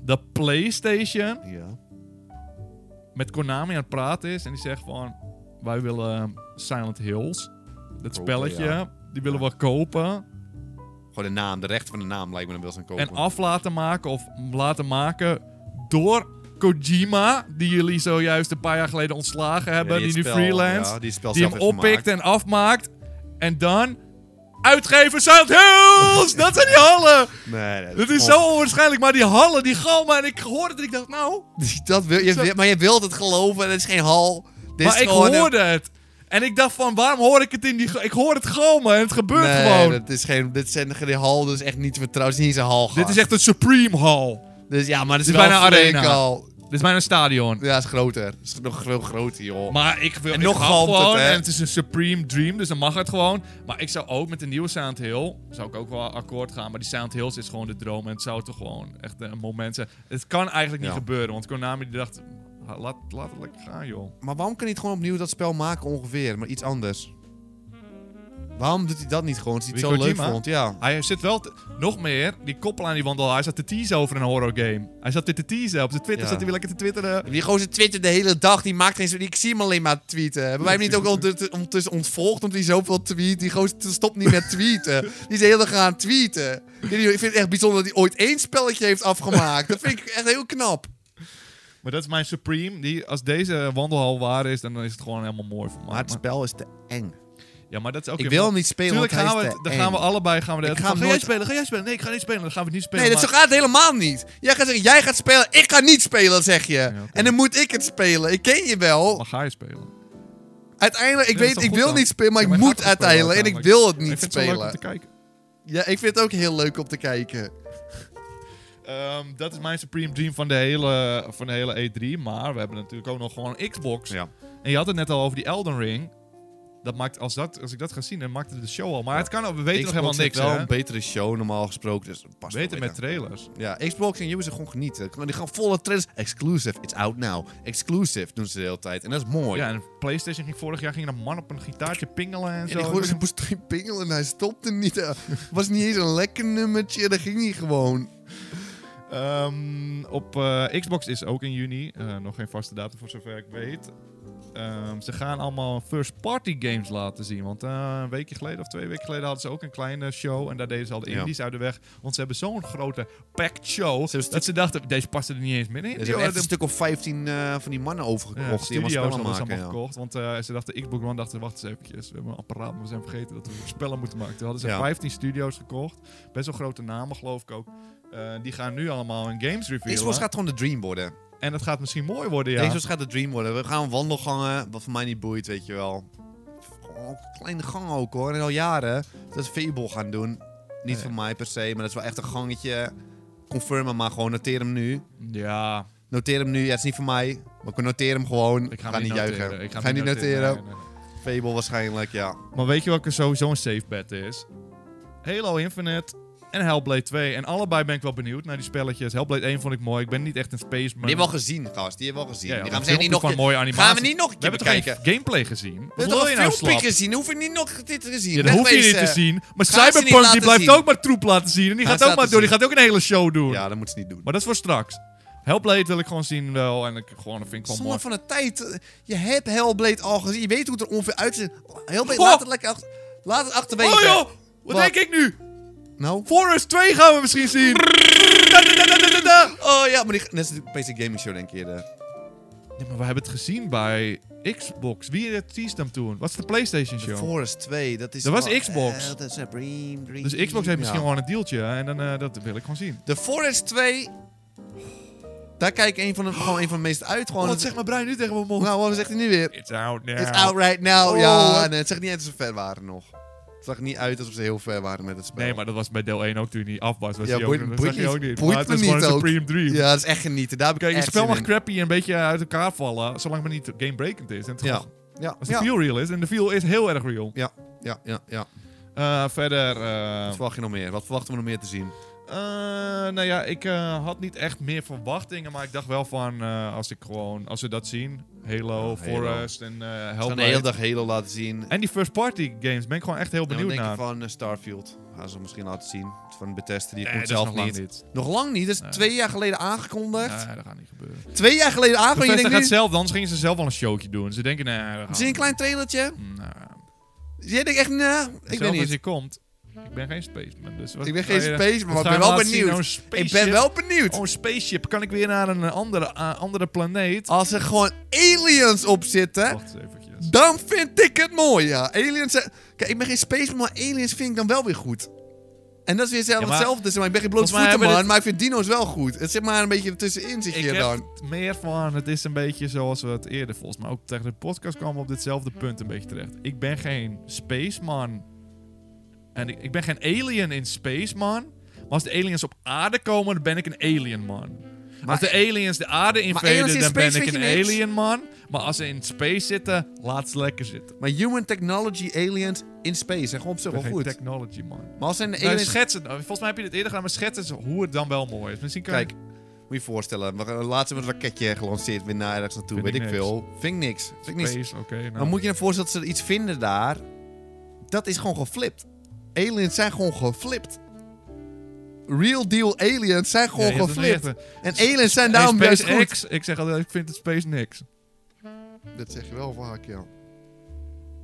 [SPEAKER 1] dat PlayStation
[SPEAKER 2] Ja.
[SPEAKER 1] met Konami aan het praten is. En die zegt van, wij willen Silent Hills. Dat
[SPEAKER 2] Kopen,
[SPEAKER 1] spelletje,
[SPEAKER 2] ja.
[SPEAKER 1] die willen we kopen.
[SPEAKER 2] Gewoon de naam, de recht van de naam lijkt me dan wel zo'n kopen.
[SPEAKER 1] En af laten maken of laten maken door Kojima. Die jullie zojuist een paar jaar geleden ontslagen hebben. die nu freelance.
[SPEAKER 2] die het spel
[SPEAKER 1] die
[SPEAKER 2] zelf
[SPEAKER 1] hem
[SPEAKER 2] heeft
[SPEAKER 1] oppikt
[SPEAKER 2] gemaakt.
[SPEAKER 1] en afmaakt. En dan uitgever Silent Hills! Dat zijn die hallen!
[SPEAKER 2] Nee, nee,
[SPEAKER 1] Dat is
[SPEAKER 2] gewoon-
[SPEAKER 1] zo onwaarschijnlijk, maar die hallen, die galmen. En ik hoorde het en ik dacht, nou...
[SPEAKER 2] Dat wil, je,
[SPEAKER 1] Zo-
[SPEAKER 2] wil- maar je wilt het geloven, het is geen hal. Dit
[SPEAKER 1] maar
[SPEAKER 2] is
[SPEAKER 1] ik
[SPEAKER 2] gewoon eh, een-
[SPEAKER 1] hoorde het. En ik dacht van, waarom hoor ik het in die... ga- Ik hoor het galmen en het gebeurt
[SPEAKER 2] nee,
[SPEAKER 1] gewoon.
[SPEAKER 2] dat is geen, dit zijn geen hal, dus echt niet te vertrouwen. Het is niet eens een hal.
[SPEAKER 1] Dit is echt een Supreme Hall.
[SPEAKER 2] Dus ja, maar het is,
[SPEAKER 1] Dit is
[SPEAKER 2] wel
[SPEAKER 1] bijna
[SPEAKER 2] een
[SPEAKER 1] arena.
[SPEAKER 2] flinke hal.
[SPEAKER 1] Dit is bijna een stadion.
[SPEAKER 2] Ja, het is groter. Het is nog veel groter, joh.
[SPEAKER 1] Maar ik wil
[SPEAKER 2] En
[SPEAKER 1] ik
[SPEAKER 2] nog
[SPEAKER 1] hou
[SPEAKER 2] galmt het,
[SPEAKER 1] gewoon,
[SPEAKER 2] hè?
[SPEAKER 1] En het is een Supreme Dream, dus dan mag het gewoon. Maar ik zou ook met de nieuwe Sound Hill, zou ik ook wel akkoord gaan. Maar die Sound Hills is gewoon de droom en het zou toch gewoon echt een moment zijn. Het kan eigenlijk niet
[SPEAKER 2] Ja.
[SPEAKER 1] gebeuren, want Konami die dacht, "Ha, laat, laat het lekker gaan joh.
[SPEAKER 2] Maar waarom kan hij het gewoon opnieuw dat spel maken ongeveer, maar iets anders? Waarom doet hij dat niet gewoon? Als hij het
[SPEAKER 1] Wie,
[SPEAKER 2] zo
[SPEAKER 1] Kojima?
[SPEAKER 2] leuk vond, ja.
[SPEAKER 1] Hij zit wel, te- nog meer, die koppel aan die wandel, hij zat te teasen over een horror game. Hij zat weer te teasen, op zijn Twitter
[SPEAKER 2] Ja.
[SPEAKER 1] zat hij weer lekker te twitteren.
[SPEAKER 2] Die gozer twittert de hele dag, die maakt geen... zo- Ik zie hem alleen maar tweeten. Hebben wij hem niet ook ondert- ondertussen ontvolgd omdat hij zoveel tweet? Die gozer t- stopt niet met tweeten. Die is de hele dag aan het tweeten. Ik weet niet, ik vind het echt bijzonder dat hij ooit één spelletje heeft afgemaakt. Dat vind ik echt heel knap.
[SPEAKER 1] Maar dat is mijn Supreme, die, als deze wandelhal waar is, dan is het gewoon helemaal mooi voor mij.
[SPEAKER 2] Maar het spel is te eng.
[SPEAKER 1] ja, maar dat is ook
[SPEAKER 2] Ik
[SPEAKER 1] weer-
[SPEAKER 2] wil hem niet spelen,
[SPEAKER 1] Tuurlijk
[SPEAKER 2] want
[SPEAKER 1] gaan
[SPEAKER 2] hij
[SPEAKER 1] we,
[SPEAKER 2] is
[SPEAKER 1] het,
[SPEAKER 2] te
[SPEAKER 1] dan
[SPEAKER 2] eng.
[SPEAKER 1] gaan we allebei gaan we de
[SPEAKER 2] Ik
[SPEAKER 1] hele
[SPEAKER 2] ga
[SPEAKER 1] tijd van, Ga jij
[SPEAKER 2] hem nooit-
[SPEAKER 1] spelen? Ga jij spelen? Nee, ik ga niet spelen. Dan gaan we niet spelen.
[SPEAKER 2] Nee, dat
[SPEAKER 1] maar-
[SPEAKER 2] zo gaat het helemaal niet. Jij gaat zeggen, jij gaat spelen, ik ga niet spelen, zeg je.
[SPEAKER 1] oké.
[SPEAKER 2] En dan moet ik het spelen. Ik ken je wel.
[SPEAKER 1] Maar ga je spelen?
[SPEAKER 2] Uiteindelijk, ik
[SPEAKER 1] Nee, dat
[SPEAKER 2] weet,
[SPEAKER 1] is
[SPEAKER 2] ik
[SPEAKER 1] wel
[SPEAKER 2] wil
[SPEAKER 1] goed dan.
[SPEAKER 2] niet spelen, maar
[SPEAKER 1] Ja,
[SPEAKER 2] ik
[SPEAKER 1] maar je gaat
[SPEAKER 2] moet
[SPEAKER 1] toch spelen
[SPEAKER 2] uiteindelijk. En ik
[SPEAKER 1] uiteindelijk?
[SPEAKER 2] wil het
[SPEAKER 1] Ik
[SPEAKER 2] niet
[SPEAKER 1] vind het wel leuk om
[SPEAKER 2] spelen.
[SPEAKER 1] te kijken.
[SPEAKER 2] Ja, ik vind het ook heel leuk om te kijken.
[SPEAKER 1] Ehm, dat is mijn supreme dream van de, hele, van de hele E3. Maar we hebben natuurlijk ook nog gewoon een Xbox.
[SPEAKER 2] Ja.
[SPEAKER 1] En je had het net al over die Elden Ring. Dat maakt, als, dat, als ik dat ga zien, dan maakt het de show al. Maar het kan ook, we weten nog helemaal niks.
[SPEAKER 2] wel
[SPEAKER 1] hè?
[SPEAKER 2] een betere show normaal gesproken, dus het past
[SPEAKER 1] Beter
[SPEAKER 2] wel
[SPEAKER 1] met trailers.
[SPEAKER 2] lekker. Ja, Xbox en Ubisoft gewoon genieten. Die gaan volle trends. Exclusive, it's out now. Exclusive doen ze de hele tijd. En dat is mooi.
[SPEAKER 1] Ja, en PlayStation ging vorig jaar ging een man op een gitaartje pingelen en zo.
[SPEAKER 2] En ik hoorde zijn poestrien pingelen en hij stopte niet. Het was niet eens een lekker nummertje, dat ging niet gewoon.
[SPEAKER 1] Ehm, op eh, Xbox is ook in juni. Eh, nog geen vaste datum voor zover ik weet. Ehm, ze gaan allemaal first party games laten zien. Want eh, een weekje geleden of twee weken geleden hadden ze ook een kleine show. En daar deden ze al de
[SPEAKER 2] Ja.
[SPEAKER 1] indies uit de weg. Want ze hebben zo'n grote packed show.
[SPEAKER 2] hebben
[SPEAKER 1] dat ze dachten, deze passen er niet eens meer in.
[SPEAKER 2] Er
[SPEAKER 1] Die
[SPEAKER 2] zijn echt
[SPEAKER 1] hadden-
[SPEAKER 2] een stuk of 15 eh, van die mannen
[SPEAKER 1] ja,
[SPEAKER 2] overgekocht. die
[SPEAKER 1] studio's
[SPEAKER 2] allemaal
[SPEAKER 1] hadden
[SPEAKER 2] spellen
[SPEAKER 1] ze
[SPEAKER 2] maken.
[SPEAKER 1] allemaal
[SPEAKER 2] ja.
[SPEAKER 1] gekocht. Want eh, ze dachten, Xbox One dachten, wacht eens eventjes. We hebben een apparaat, maar we zijn vergeten dat we spellen moeten maken. Toen hadden ze
[SPEAKER 2] Ja.
[SPEAKER 1] 15 studio's gekocht. Best wel grote namen, geloof ik ook. Eh, die gaan nu allemaal hun games reviewen.
[SPEAKER 2] Xbox gaat gewoon de dream worden.
[SPEAKER 1] En dat gaat misschien mooi worden, ja.
[SPEAKER 2] Xbox gaat de dream worden. We gaan wandelgangen, wat voor mij niet boeit, weet je wel. Gewoon kleine gang ook hoor, en al jaren. Dat is Fable gaan doen. Niet
[SPEAKER 1] Ja.
[SPEAKER 2] voor mij per se, maar dat is wel echt een gangetje. Confirm hem maar gewoon, noteer hem nu.
[SPEAKER 1] Ja,
[SPEAKER 2] Noteer hem nu, ja, het is niet voor mij. Maar ik noteer hem gewoon.
[SPEAKER 1] ik
[SPEAKER 2] Ik
[SPEAKER 1] ga,
[SPEAKER 2] ga,
[SPEAKER 1] hem
[SPEAKER 2] niet
[SPEAKER 1] noteren.
[SPEAKER 2] juichen.
[SPEAKER 1] Ik ga
[SPEAKER 2] hem
[SPEAKER 1] hem
[SPEAKER 2] niet noteren.
[SPEAKER 1] Nee, nee,
[SPEAKER 2] Fable waarschijnlijk, ja.
[SPEAKER 1] nee. Maar weet je welke sowieso een safe bet is? Halo Infinite en Hellblade 2. En allebei ben ik wel benieuwd naar die spelletjes. Hellblade 1 vond ik mooi. Ik ben niet echt een space man.
[SPEAKER 2] Die hebben we al gezien, gast. Die hebben we al gezien.
[SPEAKER 1] Ja, ja,
[SPEAKER 2] die
[SPEAKER 1] maar
[SPEAKER 2] gaan we
[SPEAKER 1] filmpjes
[SPEAKER 2] zeker niet nog
[SPEAKER 1] van
[SPEAKER 2] een keer-
[SPEAKER 1] mooie
[SPEAKER 2] Gaan
[SPEAKER 1] animaties.
[SPEAKER 2] we niet nog een
[SPEAKER 1] We
[SPEAKER 2] keer
[SPEAKER 1] hebben toch geen
[SPEAKER 2] bekijken?
[SPEAKER 1] gameplay gezien?
[SPEAKER 2] We
[SPEAKER 1] Wat
[SPEAKER 2] hebben
[SPEAKER 1] wil
[SPEAKER 2] toch
[SPEAKER 1] je
[SPEAKER 2] een
[SPEAKER 1] nou
[SPEAKER 2] filmpje
[SPEAKER 1] slap?
[SPEAKER 2] gezien? Hoef je niet nog dit te zien?
[SPEAKER 1] Ja, dat hoef je niet te
[SPEAKER 2] Wegwezen.
[SPEAKER 1] zien. Maar
[SPEAKER 2] Gaan ze niet
[SPEAKER 1] Cyberpunk die
[SPEAKER 2] laten
[SPEAKER 1] blijft
[SPEAKER 2] zien.
[SPEAKER 1] ook maar troep laten zien. En die
[SPEAKER 2] Gaan
[SPEAKER 1] gaat ook
[SPEAKER 2] ze
[SPEAKER 1] maar
[SPEAKER 2] laten
[SPEAKER 1] door. Die
[SPEAKER 2] zien.
[SPEAKER 1] gaat ook een hele show doen.
[SPEAKER 2] Ja, dat moeten ze niet doen.
[SPEAKER 1] Maar dat is voor straks. Hellblade wil ik gewoon zien wel. En ik gewoon, dat vind ik wel mooi.
[SPEAKER 2] Zonde van de tijd. eh, Je hebt Hellblade al gezien. Je weet hoe het er ongeveer uitziet. Hellblade,
[SPEAKER 1] Goh.
[SPEAKER 2] laat het lekker achter, laat het achterwege.
[SPEAKER 1] Oh joh! Wat,
[SPEAKER 2] Wat?
[SPEAKER 1] denk ik nu?
[SPEAKER 2] Nou?
[SPEAKER 1] Forest 2 gaan we misschien zien.
[SPEAKER 2] Oh ja, maar die, dat is de PC Gaming Show denk ik eerder.
[SPEAKER 1] Ja, maar we hebben het gezien bij Xbox. Wie teased hem toen? Wat is de PlayStation
[SPEAKER 2] The
[SPEAKER 1] show?
[SPEAKER 2] Forest 2, dat is...
[SPEAKER 1] Dat was
[SPEAKER 2] gewoon-
[SPEAKER 1] Xbox.
[SPEAKER 2] Eh, dat is een dream, dream.
[SPEAKER 1] Dus Xbox heeft misschien
[SPEAKER 2] Ja.
[SPEAKER 1] gewoon een dealtje. hè, En dan, eh, dat wil ik gewoon zien.
[SPEAKER 2] The Forest 2... Daar kijk ik een van de, gewoon een van de meest uit. Gewoon
[SPEAKER 1] Wat zegt mijn brein nu tegen mijn mond?
[SPEAKER 2] Nou, wat zegt hij nu weer?
[SPEAKER 1] It's out now.
[SPEAKER 2] It's out right now.
[SPEAKER 1] Oh,
[SPEAKER 2] ja,
[SPEAKER 1] wat-
[SPEAKER 2] nee, het zag niet uit alsof ze ver waren nog. Het zag niet uit alsof ze heel ver waren met het spel.
[SPEAKER 1] Nee, maar dat was bij deel 1 ook toen hij niet af was. was
[SPEAKER 2] Ja,
[SPEAKER 1] hij
[SPEAKER 2] boeit-
[SPEAKER 1] ook, dat
[SPEAKER 2] boeit
[SPEAKER 1] zag je
[SPEAKER 2] niet-
[SPEAKER 1] ook niet.
[SPEAKER 2] boeit
[SPEAKER 1] Maar het
[SPEAKER 2] me
[SPEAKER 1] is gewoon
[SPEAKER 2] niet
[SPEAKER 1] een
[SPEAKER 2] ook.
[SPEAKER 1] supreme dream.
[SPEAKER 2] Ja, dat is echt genieten. Daar heb ik
[SPEAKER 1] Kijk, het
[SPEAKER 2] echt
[SPEAKER 1] spel
[SPEAKER 2] zin
[SPEAKER 1] mag
[SPEAKER 2] in.
[SPEAKER 1] crappy en een beetje uit elkaar vallen, zolang het niet gamebreakend is. En toch,
[SPEAKER 2] Ja. Ja,
[SPEAKER 1] als de
[SPEAKER 2] ja,
[SPEAKER 1] feel real is, en de feel is heel erg real.
[SPEAKER 2] ja, ja, ja.
[SPEAKER 1] Eh, verder, eh,
[SPEAKER 2] Wat verwacht je nog meer? Wat verwachten we nog meer te zien?
[SPEAKER 1] eh, nou ja, ik eh, had niet echt meer verwachtingen, maar ik dacht wel van, eh, als ik gewoon, als we dat zien, Halo,
[SPEAKER 2] Ja, Halo.
[SPEAKER 1] Forest en eh
[SPEAKER 2] Ze gaan
[SPEAKER 1] Hellblade.
[SPEAKER 2] de hele dag Halo laten zien.
[SPEAKER 1] En die first party games ben ik gewoon echt heel
[SPEAKER 2] En dan
[SPEAKER 1] benieuwd
[SPEAKER 2] denk
[SPEAKER 1] naar.
[SPEAKER 2] ik van eh, Starfield. Gaan ze misschien laten zien. Van Bethesda,
[SPEAKER 1] Nee,
[SPEAKER 2] die komt
[SPEAKER 1] dat is
[SPEAKER 2] zelf
[SPEAKER 1] nog lang
[SPEAKER 2] niet. Nog lang niet? Dat is
[SPEAKER 1] Nee.
[SPEAKER 2] twee jaar geleden aangekondigd.
[SPEAKER 1] Nee, dat gaat niet gebeuren.
[SPEAKER 2] Twee jaar geleden aangekondigd. Je
[SPEAKER 1] Bethesda
[SPEAKER 2] denkt
[SPEAKER 1] gaat
[SPEAKER 2] nu,
[SPEAKER 1] zelf, anders gingen ze zelf wel een showtje doen. Ze denken, nee, dat gaat
[SPEAKER 2] zie je een klein trailertje?
[SPEAKER 1] Nou,
[SPEAKER 2] Jij denkt echt, nou, ik ben
[SPEAKER 1] zelfs als
[SPEAKER 2] niet.
[SPEAKER 1] je komt, ik ben geen spaceman. Dus wat
[SPEAKER 2] Ik ben
[SPEAKER 1] ga je-
[SPEAKER 2] geen space, maar
[SPEAKER 1] wat
[SPEAKER 2] ik
[SPEAKER 1] ga je
[SPEAKER 2] ben wel
[SPEAKER 1] laten zien?
[SPEAKER 2] benieuwd.
[SPEAKER 1] Oh, een
[SPEAKER 2] Ik
[SPEAKER 1] spaceship?
[SPEAKER 2] ben wel benieuwd.
[SPEAKER 1] Oh, een spaceship. Kan ik weer naar een eh, andere, eh, andere planeet?
[SPEAKER 2] Als er gewoon aliens op zitten,
[SPEAKER 1] Wacht eens eventjes.
[SPEAKER 2] dan vind ik het mooi, ja. Aliens zijn... Kijk, ik ben geen spaceman, maar aliens vind ik dan wel weer goed. En dat is weer zelf
[SPEAKER 1] Ja, maar-
[SPEAKER 2] hetzelfde. Zeg maar, ik ben geen
[SPEAKER 1] Volgens mij
[SPEAKER 2] blootvoeter man,
[SPEAKER 1] hebben dit-
[SPEAKER 2] maar ik vind dino's wel goed. Het zit maar een beetje tussenin zit
[SPEAKER 1] Ik
[SPEAKER 2] je
[SPEAKER 1] heb
[SPEAKER 2] dan.
[SPEAKER 1] het meer van, het is een beetje zoals we het eerder volgens mij ook tegen de podcast kwamen op ditzelfde punt een beetje terecht. Ik ben geen spaceman. En ik, ik ben geen alien in spaceman. Maar als de aliens op aarde komen, dan ben ik een alien man. als de aliens de aarde
[SPEAKER 2] aliens in
[SPEAKER 1] invaden, dan ben
[SPEAKER 2] space
[SPEAKER 1] ik
[SPEAKER 2] vind
[SPEAKER 1] een
[SPEAKER 2] je niks.
[SPEAKER 1] alien man. Maar als ze in space zitten, laat ze lekker zitten.
[SPEAKER 2] Maar human technology aliens in space zijn gewoon op zich
[SPEAKER 1] Ik ben
[SPEAKER 2] wel
[SPEAKER 1] geen
[SPEAKER 2] goed.
[SPEAKER 1] technology man.
[SPEAKER 2] Maar als zijn de
[SPEAKER 1] Nee,
[SPEAKER 2] aliens...
[SPEAKER 1] schets het. nou. Volgens mij heb je dit eerder gedaan, maar schets het hoe het dan wel mooi is. Misschien kan
[SPEAKER 2] Kijk,
[SPEAKER 1] ik-
[SPEAKER 2] moet je je voorstellen. we gaan- Laatst hebben we een raketje gelanceerd weer naar ergens naartoe.
[SPEAKER 1] Vind
[SPEAKER 2] weet
[SPEAKER 1] ik
[SPEAKER 2] ik
[SPEAKER 1] niks.
[SPEAKER 2] veel. Vind ik niks. Vind ik niks.
[SPEAKER 1] Space, oké. nou.
[SPEAKER 2] Maar moet je je voorstellen dat ze iets vinden daar? Dat is gewoon geflipt. Aliens zijn gewoon geflipt. Real deal aliens zijn
[SPEAKER 1] Ja,
[SPEAKER 2] gewoon
[SPEAKER 1] je hebt het
[SPEAKER 2] geflipt.
[SPEAKER 1] niet echt, eh,
[SPEAKER 2] En aliens zijn
[SPEAKER 1] Hey,
[SPEAKER 2] daarom best goed.
[SPEAKER 1] SpaceX. Ik zeg altijd, ik vind het Space niks. Maar,
[SPEAKER 2] Dat zeg je wel vaak, ja.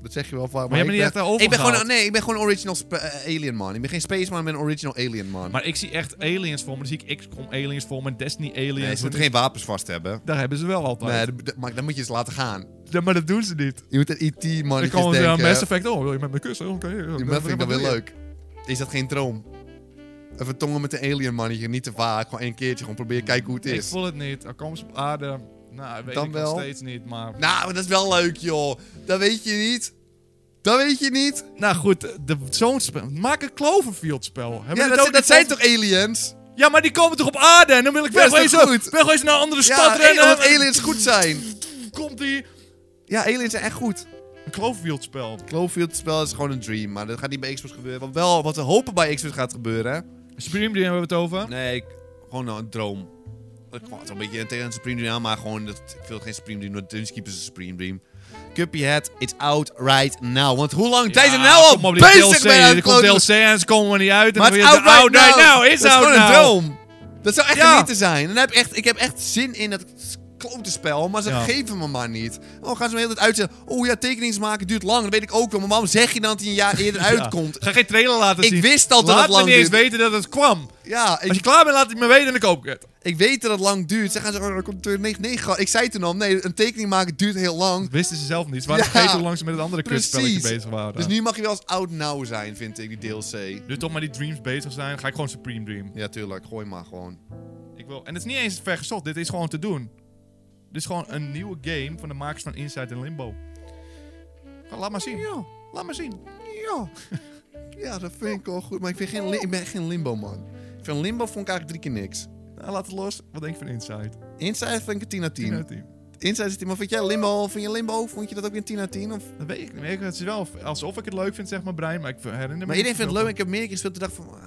[SPEAKER 2] Dat zeg je wel vaak.
[SPEAKER 1] jij
[SPEAKER 2] Maar, ik
[SPEAKER 1] bent niet
[SPEAKER 2] ben-
[SPEAKER 1] echt daarover
[SPEAKER 2] ik ben gewoon,
[SPEAKER 1] gehaald.
[SPEAKER 2] nee, ik ben gewoon original spa- eh, alien man. Ik ben geen spaceman, ik ben een original alien man.
[SPEAKER 1] Maar ik zie echt aliens voor me. Dan zie ik XCOM aliens voor me, Destiny aliens.
[SPEAKER 2] nee, ze
[SPEAKER 1] Want
[SPEAKER 2] moeten geen wapens vast hebben.
[SPEAKER 1] Daar hebben ze wel altijd.
[SPEAKER 2] Nee, dat- dat- maar dan moet je ze laten gaan.
[SPEAKER 1] Ja, maar dat doen ze niet.
[SPEAKER 2] Je moet een ET man.
[SPEAKER 1] Dan
[SPEAKER 2] denken.
[SPEAKER 1] komen ze aan Mass Effect. Oh, wil je met me kussen? Oké. ja,
[SPEAKER 2] Die
[SPEAKER 1] dat-
[SPEAKER 2] dat vind ik dan
[SPEAKER 1] dat
[SPEAKER 2] weer
[SPEAKER 1] wil je.
[SPEAKER 2] leuk. Is dat geen droom? Even tongen met een alien mannetje, niet te vaak. Gewoon één keertje, gewoon proberen kijken hoe het
[SPEAKER 1] Ik
[SPEAKER 2] is.
[SPEAKER 1] voel het niet. Al komen ze op aarde. Nou, weet
[SPEAKER 2] Dan
[SPEAKER 1] ik
[SPEAKER 2] wel.
[SPEAKER 1] nog steeds niet, maar...
[SPEAKER 2] Nou, maar dat is wel leuk, joh. Dat weet je niet. Dat weet je niet.
[SPEAKER 1] Nou goed, de- zo'n spel. Maak een Cloverfield spel. Hebben we
[SPEAKER 2] Ja,
[SPEAKER 1] dit ook
[SPEAKER 2] dat, zijn-
[SPEAKER 1] niet
[SPEAKER 2] dat zijn
[SPEAKER 1] over-
[SPEAKER 2] toch aliens?
[SPEAKER 1] Ja, maar die komen toch op aarde en dan wil ik
[SPEAKER 2] Ja, is toch
[SPEAKER 1] wegwezen.
[SPEAKER 2] goed?
[SPEAKER 1] Wegwezen naar een andere
[SPEAKER 2] Ja,
[SPEAKER 1] stad rennen.
[SPEAKER 2] omdat aliens goed zijn.
[SPEAKER 1] Komt die...
[SPEAKER 2] Ja, aliens zijn echt goed.
[SPEAKER 1] Een Cloverfield spel.
[SPEAKER 2] Cloverfield spel is gewoon een dream, maar dat gaat niet bij Xbox gebeuren. Wat wel, wat we hopen bij Xbox gaat gebeuren.
[SPEAKER 1] Supreme Dream hebben we het over.
[SPEAKER 2] Nee, ik- gewoon nou, een droom. Ik kwam een beetje tegen een Supreme Dream aan, maar gewoon, dat, ik wil geen Supreme Dream, dat Dunskeep is een Supreme Dream. Cuphead, it's out right now. Want hoe lang zijn ze
[SPEAKER 1] Ja,
[SPEAKER 2] nou
[SPEAKER 1] kom
[SPEAKER 2] al
[SPEAKER 1] op, die
[SPEAKER 2] bezig
[SPEAKER 1] DLC.
[SPEAKER 2] met
[SPEAKER 1] Er komt
[SPEAKER 2] uitkloten?
[SPEAKER 1] DLC en ze komen er niet uit. En
[SPEAKER 2] Maar
[SPEAKER 1] dan
[SPEAKER 2] het
[SPEAKER 1] weer
[SPEAKER 2] is out
[SPEAKER 1] de- oh,
[SPEAKER 2] right now.
[SPEAKER 1] nee, nou, is
[SPEAKER 2] dat is
[SPEAKER 1] out
[SPEAKER 2] gewoon
[SPEAKER 1] now.
[SPEAKER 2] een droom. Dat zou echt
[SPEAKER 1] Ja.
[SPEAKER 2] genieten zijn. En dan heb ik echt, ik heb echt zin in dat klote spel, maar ze
[SPEAKER 1] Ja.
[SPEAKER 2] geven me maar niet. Oh, gaan ze me de hele tijd uitzetten. Oh ja, tekenings maken duurt lang, dat weet ik ook wel. Maar waarom zeg je dan dat hij een jaar eerder
[SPEAKER 1] Ja.
[SPEAKER 2] uitkomt?
[SPEAKER 1] Ga geen trailer laten zien.
[SPEAKER 2] Ik wist al dat
[SPEAKER 1] Laat
[SPEAKER 2] het lang
[SPEAKER 1] me niet eens
[SPEAKER 2] duurt.
[SPEAKER 1] weten dat het kwam.
[SPEAKER 2] Ja,
[SPEAKER 1] Als
[SPEAKER 2] ik,
[SPEAKER 1] je klaar bent, laat het me weten en dan koop ik het.
[SPEAKER 2] ik weet dat het lang duurt. Ze gaan zeggen, oh, er komt 2009. gehad. Ik zei toen al, nee, een tekening maken duurt heel lang.
[SPEAKER 1] Dat wisten ze zelf niet. Ze waren
[SPEAKER 2] Ja.
[SPEAKER 1] vergeten hoe lang ze met het andere kutspelletje
[SPEAKER 2] Precies.
[SPEAKER 1] bezig waren.
[SPEAKER 2] Dus nu mag je wel eens oud now zijn, vind ik, die DLC.
[SPEAKER 1] Nu toch maar die dreams bezig zijn, ga ik gewoon Supreme Dream.
[SPEAKER 2] Ja, tuurlijk. Gooi maar gewoon.
[SPEAKER 1] Ik wil... En het is niet eens ver gezocht. Dit is gewoon te doen. Dit is gewoon een nieuwe game van de makers van Inside en Limbo. Laat maar zien. Laat maar zien.
[SPEAKER 2] Ja. Ja, dat vind ik wel goed. Maar ik, vind geen li- ik ben geen limbo, man. Ik vind limbo vond ik eigenlijk drie keer niks.
[SPEAKER 1] Nou, laat het los. Wat denk je van Inside?
[SPEAKER 2] Inside vind ik een 10 uit
[SPEAKER 1] 10 uit
[SPEAKER 2] 10.
[SPEAKER 1] 10.
[SPEAKER 2] Inside is 10. Maar vind jij limbo, vind je limbo, vond je dat ook weer een 10 uit 10? Of?
[SPEAKER 1] Dat weet ik niet meer. Het is wel alsof ik het leuk vind, zeg maar, Brian. Maar ik herinner me
[SPEAKER 2] Maar
[SPEAKER 1] niet
[SPEAKER 2] iedereen vindt het
[SPEAKER 1] zoveel
[SPEAKER 2] leuk. Ik heb meerdere keer gespeeld en dacht van... ah,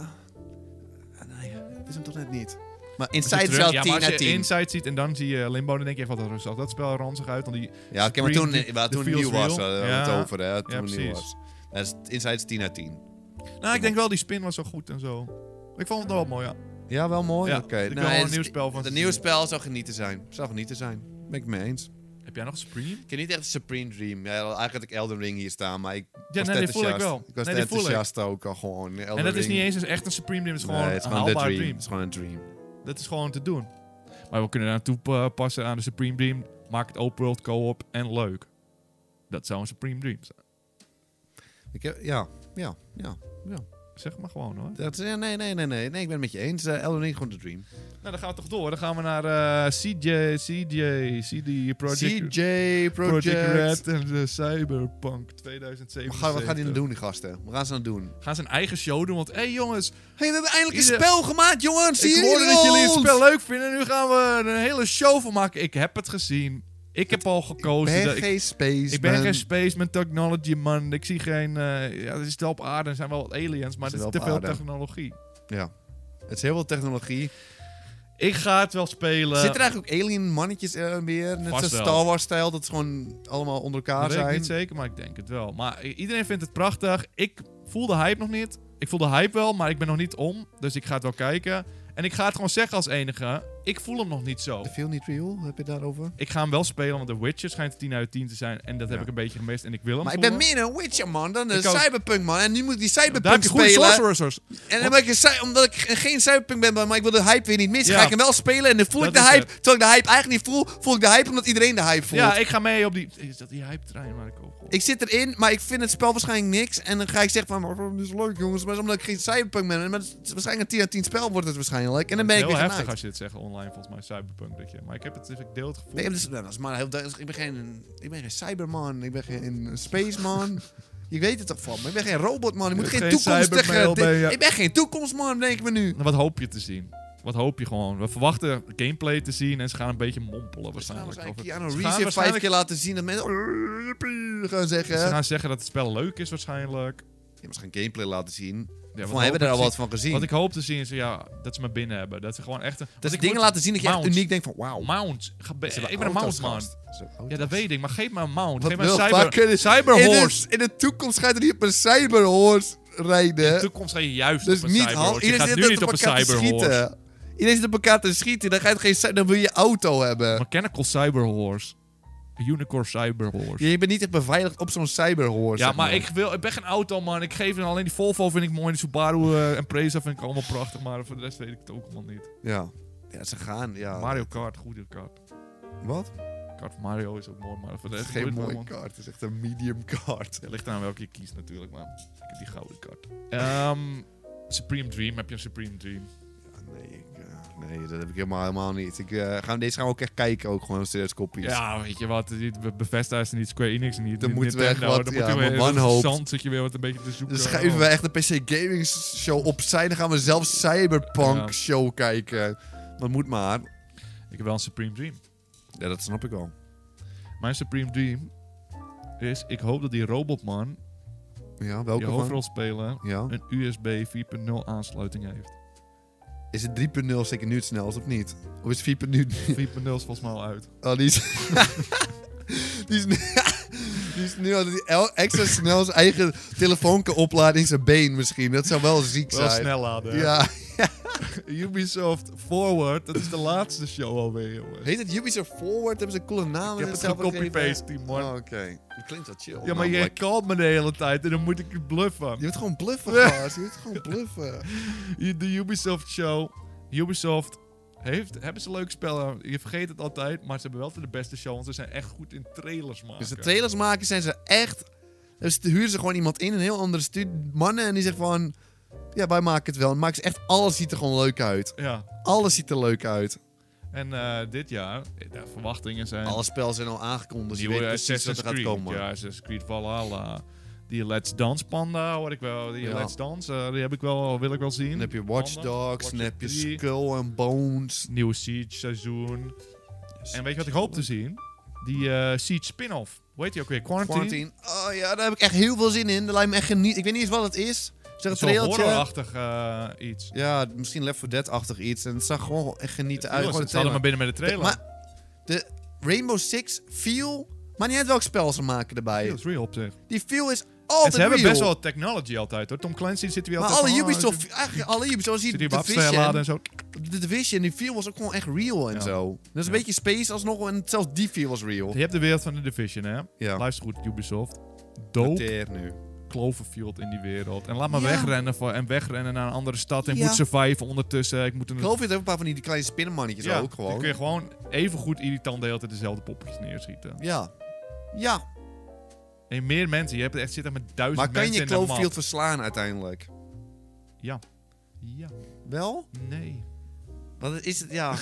[SPEAKER 2] ah, nee, het is hem toch net niet. Maar
[SPEAKER 1] van.
[SPEAKER 2] Inside is
[SPEAKER 1] Terug-
[SPEAKER 2] wel
[SPEAKER 1] ja,
[SPEAKER 2] 10
[SPEAKER 1] maar als
[SPEAKER 2] uit
[SPEAKER 1] je
[SPEAKER 2] 10.
[SPEAKER 1] Inside ziet en dan zie je eh, Limbo, dan denk je echt, wat dat zag dat spel ranzig uit. Want die,
[SPEAKER 2] Ja, oké,
[SPEAKER 1] Supreme
[SPEAKER 2] maar toen, eh,
[SPEAKER 1] Dream-
[SPEAKER 2] waar
[SPEAKER 1] The
[SPEAKER 2] toen
[SPEAKER 1] Feels
[SPEAKER 2] nieuw was,
[SPEAKER 1] Real.
[SPEAKER 2] daar hadden we
[SPEAKER 1] Ja.
[SPEAKER 2] het over, hè. Toen
[SPEAKER 1] Ja,
[SPEAKER 2] het nieuw
[SPEAKER 1] precies.
[SPEAKER 2] was. Ja, dus Inside is 10 uit 10.
[SPEAKER 1] nou, ik denk wel, die spin was zo goed en zo. Ik vond het wel mooi, ja.
[SPEAKER 2] Ja, wel mooi.
[SPEAKER 1] Ja,
[SPEAKER 2] Oké.
[SPEAKER 1] ik wil
[SPEAKER 2] Nou,
[SPEAKER 1] wel een
[SPEAKER 2] het-
[SPEAKER 1] nieuw spel van
[SPEAKER 2] Het
[SPEAKER 1] ze
[SPEAKER 2] nieuwe
[SPEAKER 1] zien.
[SPEAKER 2] spel zou genieten zijn. Zou genieten zijn. Ben ik mee eens.
[SPEAKER 1] Heb jij nog Supreme?
[SPEAKER 2] Ik heb niet echt een Supreme Dream. Ja, eigenlijk had ik Elden Ring hier staan, maar ik was
[SPEAKER 1] nee,
[SPEAKER 2] te
[SPEAKER 1] die voel ik
[SPEAKER 2] enthousiast.
[SPEAKER 1] wel.
[SPEAKER 2] Ik was
[SPEAKER 1] Nee,
[SPEAKER 2] te
[SPEAKER 1] die voel ik.
[SPEAKER 2] enthousiast ook al gewoon. Elden
[SPEAKER 1] en dat is
[SPEAKER 2] Ring.
[SPEAKER 1] niet eens dus echt een Supreme Dream, het is
[SPEAKER 2] Nee,
[SPEAKER 1] gewoon
[SPEAKER 2] het is
[SPEAKER 1] een
[SPEAKER 2] gewoon de
[SPEAKER 1] haalbare
[SPEAKER 2] dream.
[SPEAKER 1] dream.
[SPEAKER 2] Het is gewoon een dream.
[SPEAKER 1] Dat is gewoon te doen. Maar we kunnen daar eh, aan toepassen aan de Supreme Dream. Maak het open world co-op en leuk. Dat zou een Supreme Dream zijn.
[SPEAKER 2] Ik heb, ja, ja, ja.
[SPEAKER 1] Zeg maar gewoon hoor.
[SPEAKER 2] Dat, ja, nee, nee, nee, nee, nee. Ik ben het met je eens. Eh, Elden Ring gewoon de dream.
[SPEAKER 1] Nou, dan gaan we toch door. Dan gaan we naar eh, CJ, CJ, CD Project,
[SPEAKER 2] CJ Project.
[SPEAKER 1] Red en de Cyberpunk 2017.
[SPEAKER 2] Maar ga- wat gaat hij nou doen, die gasten? Wat gaan ze nou doen?
[SPEAKER 1] Gaan ze een eigen show doen? Want, hé hey, jongens,
[SPEAKER 2] hey, we hebben eindelijk
[SPEAKER 1] Ieder-
[SPEAKER 2] een spel gemaakt, jongens! Zie
[SPEAKER 1] eh, ik
[SPEAKER 2] jullie
[SPEAKER 1] hoorde dat jullie het
[SPEAKER 2] ons?
[SPEAKER 1] spel leuk vinden. En nu gaan we er een hele show van maken. Ik heb het gezien. Ik heb al gekozen.
[SPEAKER 2] ben
[SPEAKER 1] dat ik,
[SPEAKER 2] geen space,
[SPEAKER 1] Oh, ik ben
[SPEAKER 2] man.
[SPEAKER 1] geen spaceman technology man. Ik zie geen... eh ja, het is wel op aarde. Er zijn wel wat aliens, maar
[SPEAKER 2] Is
[SPEAKER 1] er is
[SPEAKER 2] wel
[SPEAKER 1] te
[SPEAKER 2] op
[SPEAKER 1] veel
[SPEAKER 2] aarde.
[SPEAKER 1] technologie.
[SPEAKER 2] Ja. Het is heel veel technologie.
[SPEAKER 1] Ik ga het wel spelen.
[SPEAKER 2] Zitten er eigenlijk ook alien mannetjes eh, weer? Net
[SPEAKER 1] Eh, Vast
[SPEAKER 2] zoals
[SPEAKER 1] wel.
[SPEAKER 2] Star Wars-stijl, dat ze gewoon allemaal onder
[SPEAKER 1] Dat
[SPEAKER 2] elkaar
[SPEAKER 1] weet ik
[SPEAKER 2] zijn.
[SPEAKER 1] niet zeker, maar ik denk het wel. Maar i- iedereen vindt het prachtig. Ik voel de hype nog niet. Ik voel de hype wel, maar ik ben nog niet om. Dus ik ga het wel kijken. En ik ga het gewoon zeggen als enige. Ik voel hem nog niet zo.
[SPEAKER 2] De Feel Niet Real, heb je het daarover?
[SPEAKER 1] Ik ga hem wel spelen, want The Witcher schijnt 10 uit 10 te zijn. En dat heb
[SPEAKER 2] Ja.
[SPEAKER 1] ik een beetje gemist. En ik wil hem
[SPEAKER 2] Maar ik ben
[SPEAKER 1] voelen.
[SPEAKER 2] meer een Witcher, man, dan een
[SPEAKER 1] Ik ook.
[SPEAKER 2] Cyberpunk, man. En nu moet ik die
[SPEAKER 1] Daar heb
[SPEAKER 2] Cyberpunk
[SPEAKER 1] je goede
[SPEAKER 2] spelen.
[SPEAKER 1] sorcerers.
[SPEAKER 2] En dan ben ik een cy- omdat ik geen Cyberpunk ben, maar ik wil de hype weer niet missen,
[SPEAKER 1] Ja.
[SPEAKER 2] ga ik hem wel spelen. En dan voel
[SPEAKER 1] Dat
[SPEAKER 2] ik de
[SPEAKER 1] is
[SPEAKER 2] hype. Terwijl ik de hype eigenlijk niet voel, voel ik de hype omdat iedereen de hype voelt.
[SPEAKER 1] Ja, ik ga mee op die... Is dat die hype-trein waar ik op hoor?
[SPEAKER 2] Ik zit erin, maar ik vind het spel waarschijnlijk niks. En dan ga ik zeggen van, oh, dit is leuk jongens. Maar dat is omdat ik geen cyberpunk ben. Maar het is waarschijnlijk een 10 uit 10 spel wordt het waarschijnlijk. En dan ben ik
[SPEAKER 1] heel
[SPEAKER 2] weer
[SPEAKER 1] heftig
[SPEAKER 2] genaaid.
[SPEAKER 1] als je dit zegt online, volgens mij. Cyberpunk, dat je. Maar ik heb het... Ik deel het gevoel.
[SPEAKER 2] Nee, dat is, dat is maar heel duidelijk. Ik ben geen, ik ben geen cyberman. Ik ben geen spaceman. je weet het toch van me. Ik ben geen robotman. Ik moet
[SPEAKER 1] bent
[SPEAKER 2] geen,
[SPEAKER 1] geen
[SPEAKER 2] toekomstige...
[SPEAKER 1] cybermail,
[SPEAKER 2] dit-
[SPEAKER 1] ben je-
[SPEAKER 2] Ik ben geen toekomstman, denk ik me nu.
[SPEAKER 1] Wat hoop je te zien? Wat hoop je gewoon? We verwachten gameplay te zien en ze gaan een beetje mompelen
[SPEAKER 2] We gaan
[SPEAKER 1] waarschijnlijk.
[SPEAKER 2] waarschijnlijk
[SPEAKER 1] over-
[SPEAKER 2] Keanu
[SPEAKER 1] ze
[SPEAKER 2] Reeves
[SPEAKER 1] gaan
[SPEAKER 2] weer vijf
[SPEAKER 1] waarschijnlijk-
[SPEAKER 2] keer laten zien dat mensen... "Oh, yippie," gaan zeggen.
[SPEAKER 1] Ze gaan zeggen dat het spel leuk is waarschijnlijk.
[SPEAKER 2] Ja, maar ze gaan gameplay laten zien.
[SPEAKER 1] Ja,
[SPEAKER 2] Van hebben we
[SPEAKER 1] er
[SPEAKER 2] er al wat van gezien.
[SPEAKER 1] Wat ik hoop te zien is ja, dat ze me binnen hebben. Dat ze gewoon echt... een-
[SPEAKER 2] dat
[SPEAKER 1] want
[SPEAKER 2] ze
[SPEAKER 1] ik
[SPEAKER 2] dingen
[SPEAKER 1] word-
[SPEAKER 2] laten zien dat je echt
[SPEAKER 1] Mount.
[SPEAKER 2] uniek denkt van... Wauw.
[SPEAKER 1] Mount. Ga be-
[SPEAKER 2] Ze hebben
[SPEAKER 1] Ik ben een
[SPEAKER 2] auto's,
[SPEAKER 1] mount man.
[SPEAKER 2] gast. Ze hebben
[SPEAKER 1] Ja,
[SPEAKER 2] auto's.
[SPEAKER 1] dat weet ik. Maar geef me een mount.
[SPEAKER 2] Wat
[SPEAKER 1] Geef me
[SPEAKER 2] wil
[SPEAKER 1] een cyber,
[SPEAKER 2] fucking-
[SPEAKER 1] cyberhorse.
[SPEAKER 2] In de, in de toekomst gaat er niet op een cyberhorse
[SPEAKER 1] In de
[SPEAKER 2] rijden.
[SPEAKER 1] toekomst ga je juist
[SPEAKER 2] Dus
[SPEAKER 1] op een
[SPEAKER 2] niet hal.
[SPEAKER 1] cyberhorse. Je
[SPEAKER 2] Iedereen
[SPEAKER 1] gaat
[SPEAKER 2] zit
[SPEAKER 1] nu
[SPEAKER 2] net
[SPEAKER 1] niet op
[SPEAKER 2] op
[SPEAKER 1] een
[SPEAKER 2] elkaar te
[SPEAKER 1] cyberhorse.
[SPEAKER 2] schieten. Iedereen zit op elkaar te schieten. Dan, gaat geen, cy- dan wil je auto hebben.
[SPEAKER 1] Mechanical cyberhorse. Unicorn cyberhorse.
[SPEAKER 2] Je bent niet echt beveiligd op zo'n cyberhorse.
[SPEAKER 1] Ja,
[SPEAKER 2] zeg
[SPEAKER 1] maar ik, wil, ik ben geen auto, man. Ik geef het alleen die Volvo vind ik mooi. De Subaru eh, en Preza vind ik allemaal prachtig. Maar voor de rest weet ik het ook allemaal niet.
[SPEAKER 2] Ja. ja, ze gaan. Ja.
[SPEAKER 1] Mario Kart, goede kart.
[SPEAKER 2] Wat?
[SPEAKER 1] Kart van Mario is ook mooi, maar voor de
[SPEAKER 2] Het is
[SPEAKER 1] rest boeit
[SPEAKER 2] geen
[SPEAKER 1] me
[SPEAKER 2] mooie
[SPEAKER 1] allemaal.
[SPEAKER 2] kaart. Het is echt een medium kaart.
[SPEAKER 1] Het ligt aan welke je kiest natuurlijk, maar ik heb die gouden kart. Ehm, Supreme Dream, heb je een Supreme Dream?
[SPEAKER 2] Ja, nee, ik, eh, nee, dat heb ik helemaal, helemaal niet. Ik, eh, gaan, deze gaan we ook echt kijken. Ook gewoon serieus kopjes.
[SPEAKER 1] Ja, weet je wat, dit- we Bethesda is er niet, Square Enix er niet,
[SPEAKER 2] Dan
[SPEAKER 1] niet
[SPEAKER 2] moeten we echt
[SPEAKER 1] Nintendo,
[SPEAKER 2] wat-
[SPEAKER 1] dan
[SPEAKER 2] ja,
[SPEAKER 1] moet je weer
[SPEAKER 2] maar
[SPEAKER 1] in het
[SPEAKER 2] wanhoop. Dus
[SPEAKER 1] zand zit je weer wat een beetje te zoeken.
[SPEAKER 2] Dan schuiven we echt de PC Gaming Show opzij. Dan gaan we zelf Cyberpunk
[SPEAKER 1] Ja.
[SPEAKER 2] Show kijken. Dat moet maar.
[SPEAKER 1] Ik heb wel een Supreme Dream.
[SPEAKER 2] Ja, dat snap ik al.
[SPEAKER 1] Mijn Supreme Dream is, ik hoop dat die Robotman,
[SPEAKER 2] Ja,
[SPEAKER 1] die
[SPEAKER 2] welke van?
[SPEAKER 1] hoofdrolspeler,
[SPEAKER 2] Ja.
[SPEAKER 1] een USB 4.0 aansluiting heeft.
[SPEAKER 2] Is het 3.0 zeker nu het snelst of niet? Of is 4.0 nu...
[SPEAKER 1] 4.0 is volgens mij al uit.
[SPEAKER 2] Oh, die is... die is nu... Die is nu al die el- extra snel zijn eigen telefoon kan opladen in zijn been misschien. Dat zou wel ziek
[SPEAKER 1] Wel
[SPEAKER 2] zijn.
[SPEAKER 1] snel laden. hè.
[SPEAKER 2] Ja.
[SPEAKER 1] Ubisoft Forward, dat is de laatste show alweer, jongens.
[SPEAKER 2] Heet het Ubisoft Forward? Hebben ze een coole naam?
[SPEAKER 1] Ik heb
[SPEAKER 2] en
[SPEAKER 1] het
[SPEAKER 2] zelf gegeven?
[SPEAKER 1] gecopy-paste, man.
[SPEAKER 2] Oh, Oké. Dat klinkt wel chill.
[SPEAKER 1] ja, maar jij
[SPEAKER 2] namelijk.
[SPEAKER 1] kalt me de hele tijd en dan moet ik je bluffen.
[SPEAKER 2] Je moet gewoon bluffen, gast. Je moet gewoon bluffen.
[SPEAKER 1] De Ubisoft show. Ubisoft heeft, hebben ze leuke spellen. Je vergeet het altijd, maar ze hebben wel de beste show, want ze zijn echt goed in trailers maken.
[SPEAKER 2] Dus de trailers maken zijn ze echt. Dus de huren ze gewoon iemand in, een heel andere studie. Mannen, en die zegt van. Ja, wij maken het wel. En maken ze echt. Alles ziet er gewoon leuk uit.
[SPEAKER 1] ja.
[SPEAKER 2] Alles ziet er leuk uit.
[SPEAKER 1] En eh, dit jaar, de verwachtingen zijn...
[SPEAKER 2] Alle spellen zijn al aangekondigd. Dus je weet
[SPEAKER 1] nieuwe
[SPEAKER 2] precies wat er gaat
[SPEAKER 1] Creed.
[SPEAKER 2] komen.
[SPEAKER 1] Ja, Assassin's Creed Valhalla. Die Let's Dance Panda hoor ik wel. Die
[SPEAKER 2] Ja.
[SPEAKER 1] Let's Dance, eh, die heb ik wel, wil ik wel zien.
[SPEAKER 2] Dan heb je Watch
[SPEAKER 1] Panda,
[SPEAKER 2] Dogs.
[SPEAKER 1] Watch
[SPEAKER 2] Dan heb je
[SPEAKER 1] 3.
[SPEAKER 2] Skull and Bones.
[SPEAKER 1] Nieuwe Siege seizoen. En weet je wat ik hoop te zien? Die eh, Siege spin-off. Hoe heet die ook weer? Quarantine?
[SPEAKER 2] Quarantine. Oh ja, daar heb ik echt heel veel zin in. Dat lijkt me echt geniet. Ik weet niet eens wat het is. Zeg een
[SPEAKER 1] Zo'n
[SPEAKER 2] trailertje.
[SPEAKER 1] horrorachtig eh, iets.
[SPEAKER 2] Ja, misschien Left 4 Dead-achtig iets. En het zag gewoon echt genieten uit. Gewoon
[SPEAKER 1] Jongens,
[SPEAKER 2] een
[SPEAKER 1] Ze hadden
[SPEAKER 2] trailer.
[SPEAKER 1] maar binnen met de trailer.
[SPEAKER 2] Maar de Rainbow Six feel, maar niet uit welk spel ze maken
[SPEAKER 1] Die
[SPEAKER 2] erbij.
[SPEAKER 1] is real op zich.
[SPEAKER 2] Die feel is
[SPEAKER 1] En
[SPEAKER 2] altijd
[SPEAKER 1] ze hebben
[SPEAKER 2] real.
[SPEAKER 1] best wel technology altijd hoor. Tom Clancy zit weer
[SPEAKER 2] maar
[SPEAKER 1] altijd
[SPEAKER 2] alle
[SPEAKER 1] van, ah,
[SPEAKER 2] Ubisoft,
[SPEAKER 1] zit-
[SPEAKER 2] eigenlijk alle Ubisoft, zie
[SPEAKER 1] Zit
[SPEAKER 2] je
[SPEAKER 1] hier
[SPEAKER 2] de
[SPEAKER 1] bij laden en
[SPEAKER 2] Division,
[SPEAKER 1] zo.
[SPEAKER 2] de Division, die feel was ook gewoon echt real en
[SPEAKER 1] Ja.
[SPEAKER 2] zo. Dat is een
[SPEAKER 1] Ja.
[SPEAKER 2] beetje space alsnog, en zelfs die feel was real.
[SPEAKER 1] Je hebt de wereld van de Division hè.
[SPEAKER 2] Ja,
[SPEAKER 1] Luister goed Ubisoft. Dope
[SPEAKER 2] Noteer nu.
[SPEAKER 1] Cloverfield in die wereld. En laat me
[SPEAKER 2] Ja.
[SPEAKER 1] wegrennen voor, en wegrennen naar een andere stad. En
[SPEAKER 2] Ja.
[SPEAKER 1] moet survive ondertussen. Ik moet een...
[SPEAKER 2] Ik geloof je het ook een paar van die kleine spinnenmannetjes
[SPEAKER 1] Ja,
[SPEAKER 2] ook
[SPEAKER 1] Dan
[SPEAKER 2] gewoon.
[SPEAKER 1] kun je gewoon even goed irritant de hele tijd dezelfde poppetjes neerschieten.
[SPEAKER 2] Ja. Ja,
[SPEAKER 1] Nee, meer mensen. Je hebt echt zitten met duizend
[SPEAKER 2] maar
[SPEAKER 1] Dus
[SPEAKER 2] kan
[SPEAKER 1] mensen in
[SPEAKER 2] je
[SPEAKER 1] een map.
[SPEAKER 2] Cloverfield verslaan uiteindelijk?
[SPEAKER 1] Ja. Ja.
[SPEAKER 2] Wel?
[SPEAKER 1] Nee.
[SPEAKER 2] Wat is het? Ja,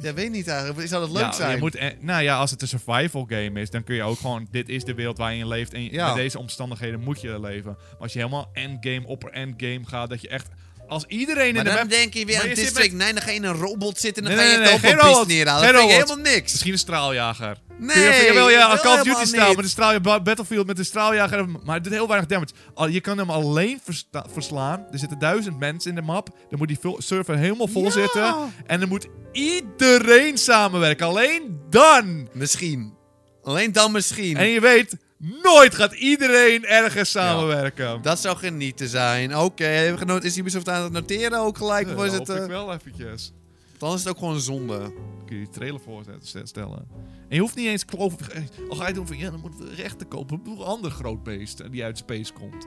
[SPEAKER 2] ja weet niet eigenlijk. Zou dat leuk
[SPEAKER 1] ja,
[SPEAKER 2] zijn?
[SPEAKER 1] Je moet, eh, nou ja, als het een survival game is, dan kun je ook gewoon... Dit is de wereld waarin je leeft. En je-
[SPEAKER 2] Ja.
[SPEAKER 1] met deze omstandigheden moet je leven. Maar als je helemaal endgame, opper endgame gaat, dat je echt... Als iedereen
[SPEAKER 2] maar
[SPEAKER 1] in de
[SPEAKER 2] dan
[SPEAKER 1] map...
[SPEAKER 2] denk je weer
[SPEAKER 1] Maar
[SPEAKER 2] aan
[SPEAKER 1] je zit
[SPEAKER 2] District 9, dan ga je in een robot zitten en dan
[SPEAKER 1] Nee,
[SPEAKER 2] ga je
[SPEAKER 1] nee,
[SPEAKER 2] het
[SPEAKER 1] nee,
[SPEAKER 2] ook
[SPEAKER 1] geen
[SPEAKER 2] op
[SPEAKER 1] robot.
[SPEAKER 2] neerhalen.
[SPEAKER 1] Geen
[SPEAKER 2] Dat vind ik
[SPEAKER 1] robot.
[SPEAKER 2] helemaal niks.
[SPEAKER 1] Misschien een straaljager.
[SPEAKER 2] Nee,
[SPEAKER 1] Kun je van, jawel, ja,
[SPEAKER 2] dat
[SPEAKER 1] Call of
[SPEAKER 2] helemaal
[SPEAKER 1] Duty stijl,
[SPEAKER 2] niet.
[SPEAKER 1] met een straal, ba- Battlefield met een straaljager, en- maar het doet heel weinig damage. Al, je kan hem alleen versta- verslaan. Er zitten duizend mensen in de map, dan moet die vul- server helemaal vol
[SPEAKER 2] Ja.
[SPEAKER 1] zitten. En dan moet iedereen samenwerken, alleen dan.
[SPEAKER 2] Misschien. Alleen dan misschien.
[SPEAKER 1] En je weet, nooit gaat iedereen ergens samenwerken.
[SPEAKER 2] Dat zou genieten zijn. Oké, hebben we genoten. Is Ubisoft aan het noteren ook gelijk? Of is het,
[SPEAKER 1] hoop
[SPEAKER 2] eh,
[SPEAKER 1] ik wel eventjes.
[SPEAKER 2] dan is het ook gewoon zonde.
[SPEAKER 1] kun je die trailer voorstellen. En je hoeft niet eens kloven. eh, Al ga je doen van ja, dan moeten we rechten kopen. Een ander groot beest eh, die uit space komt.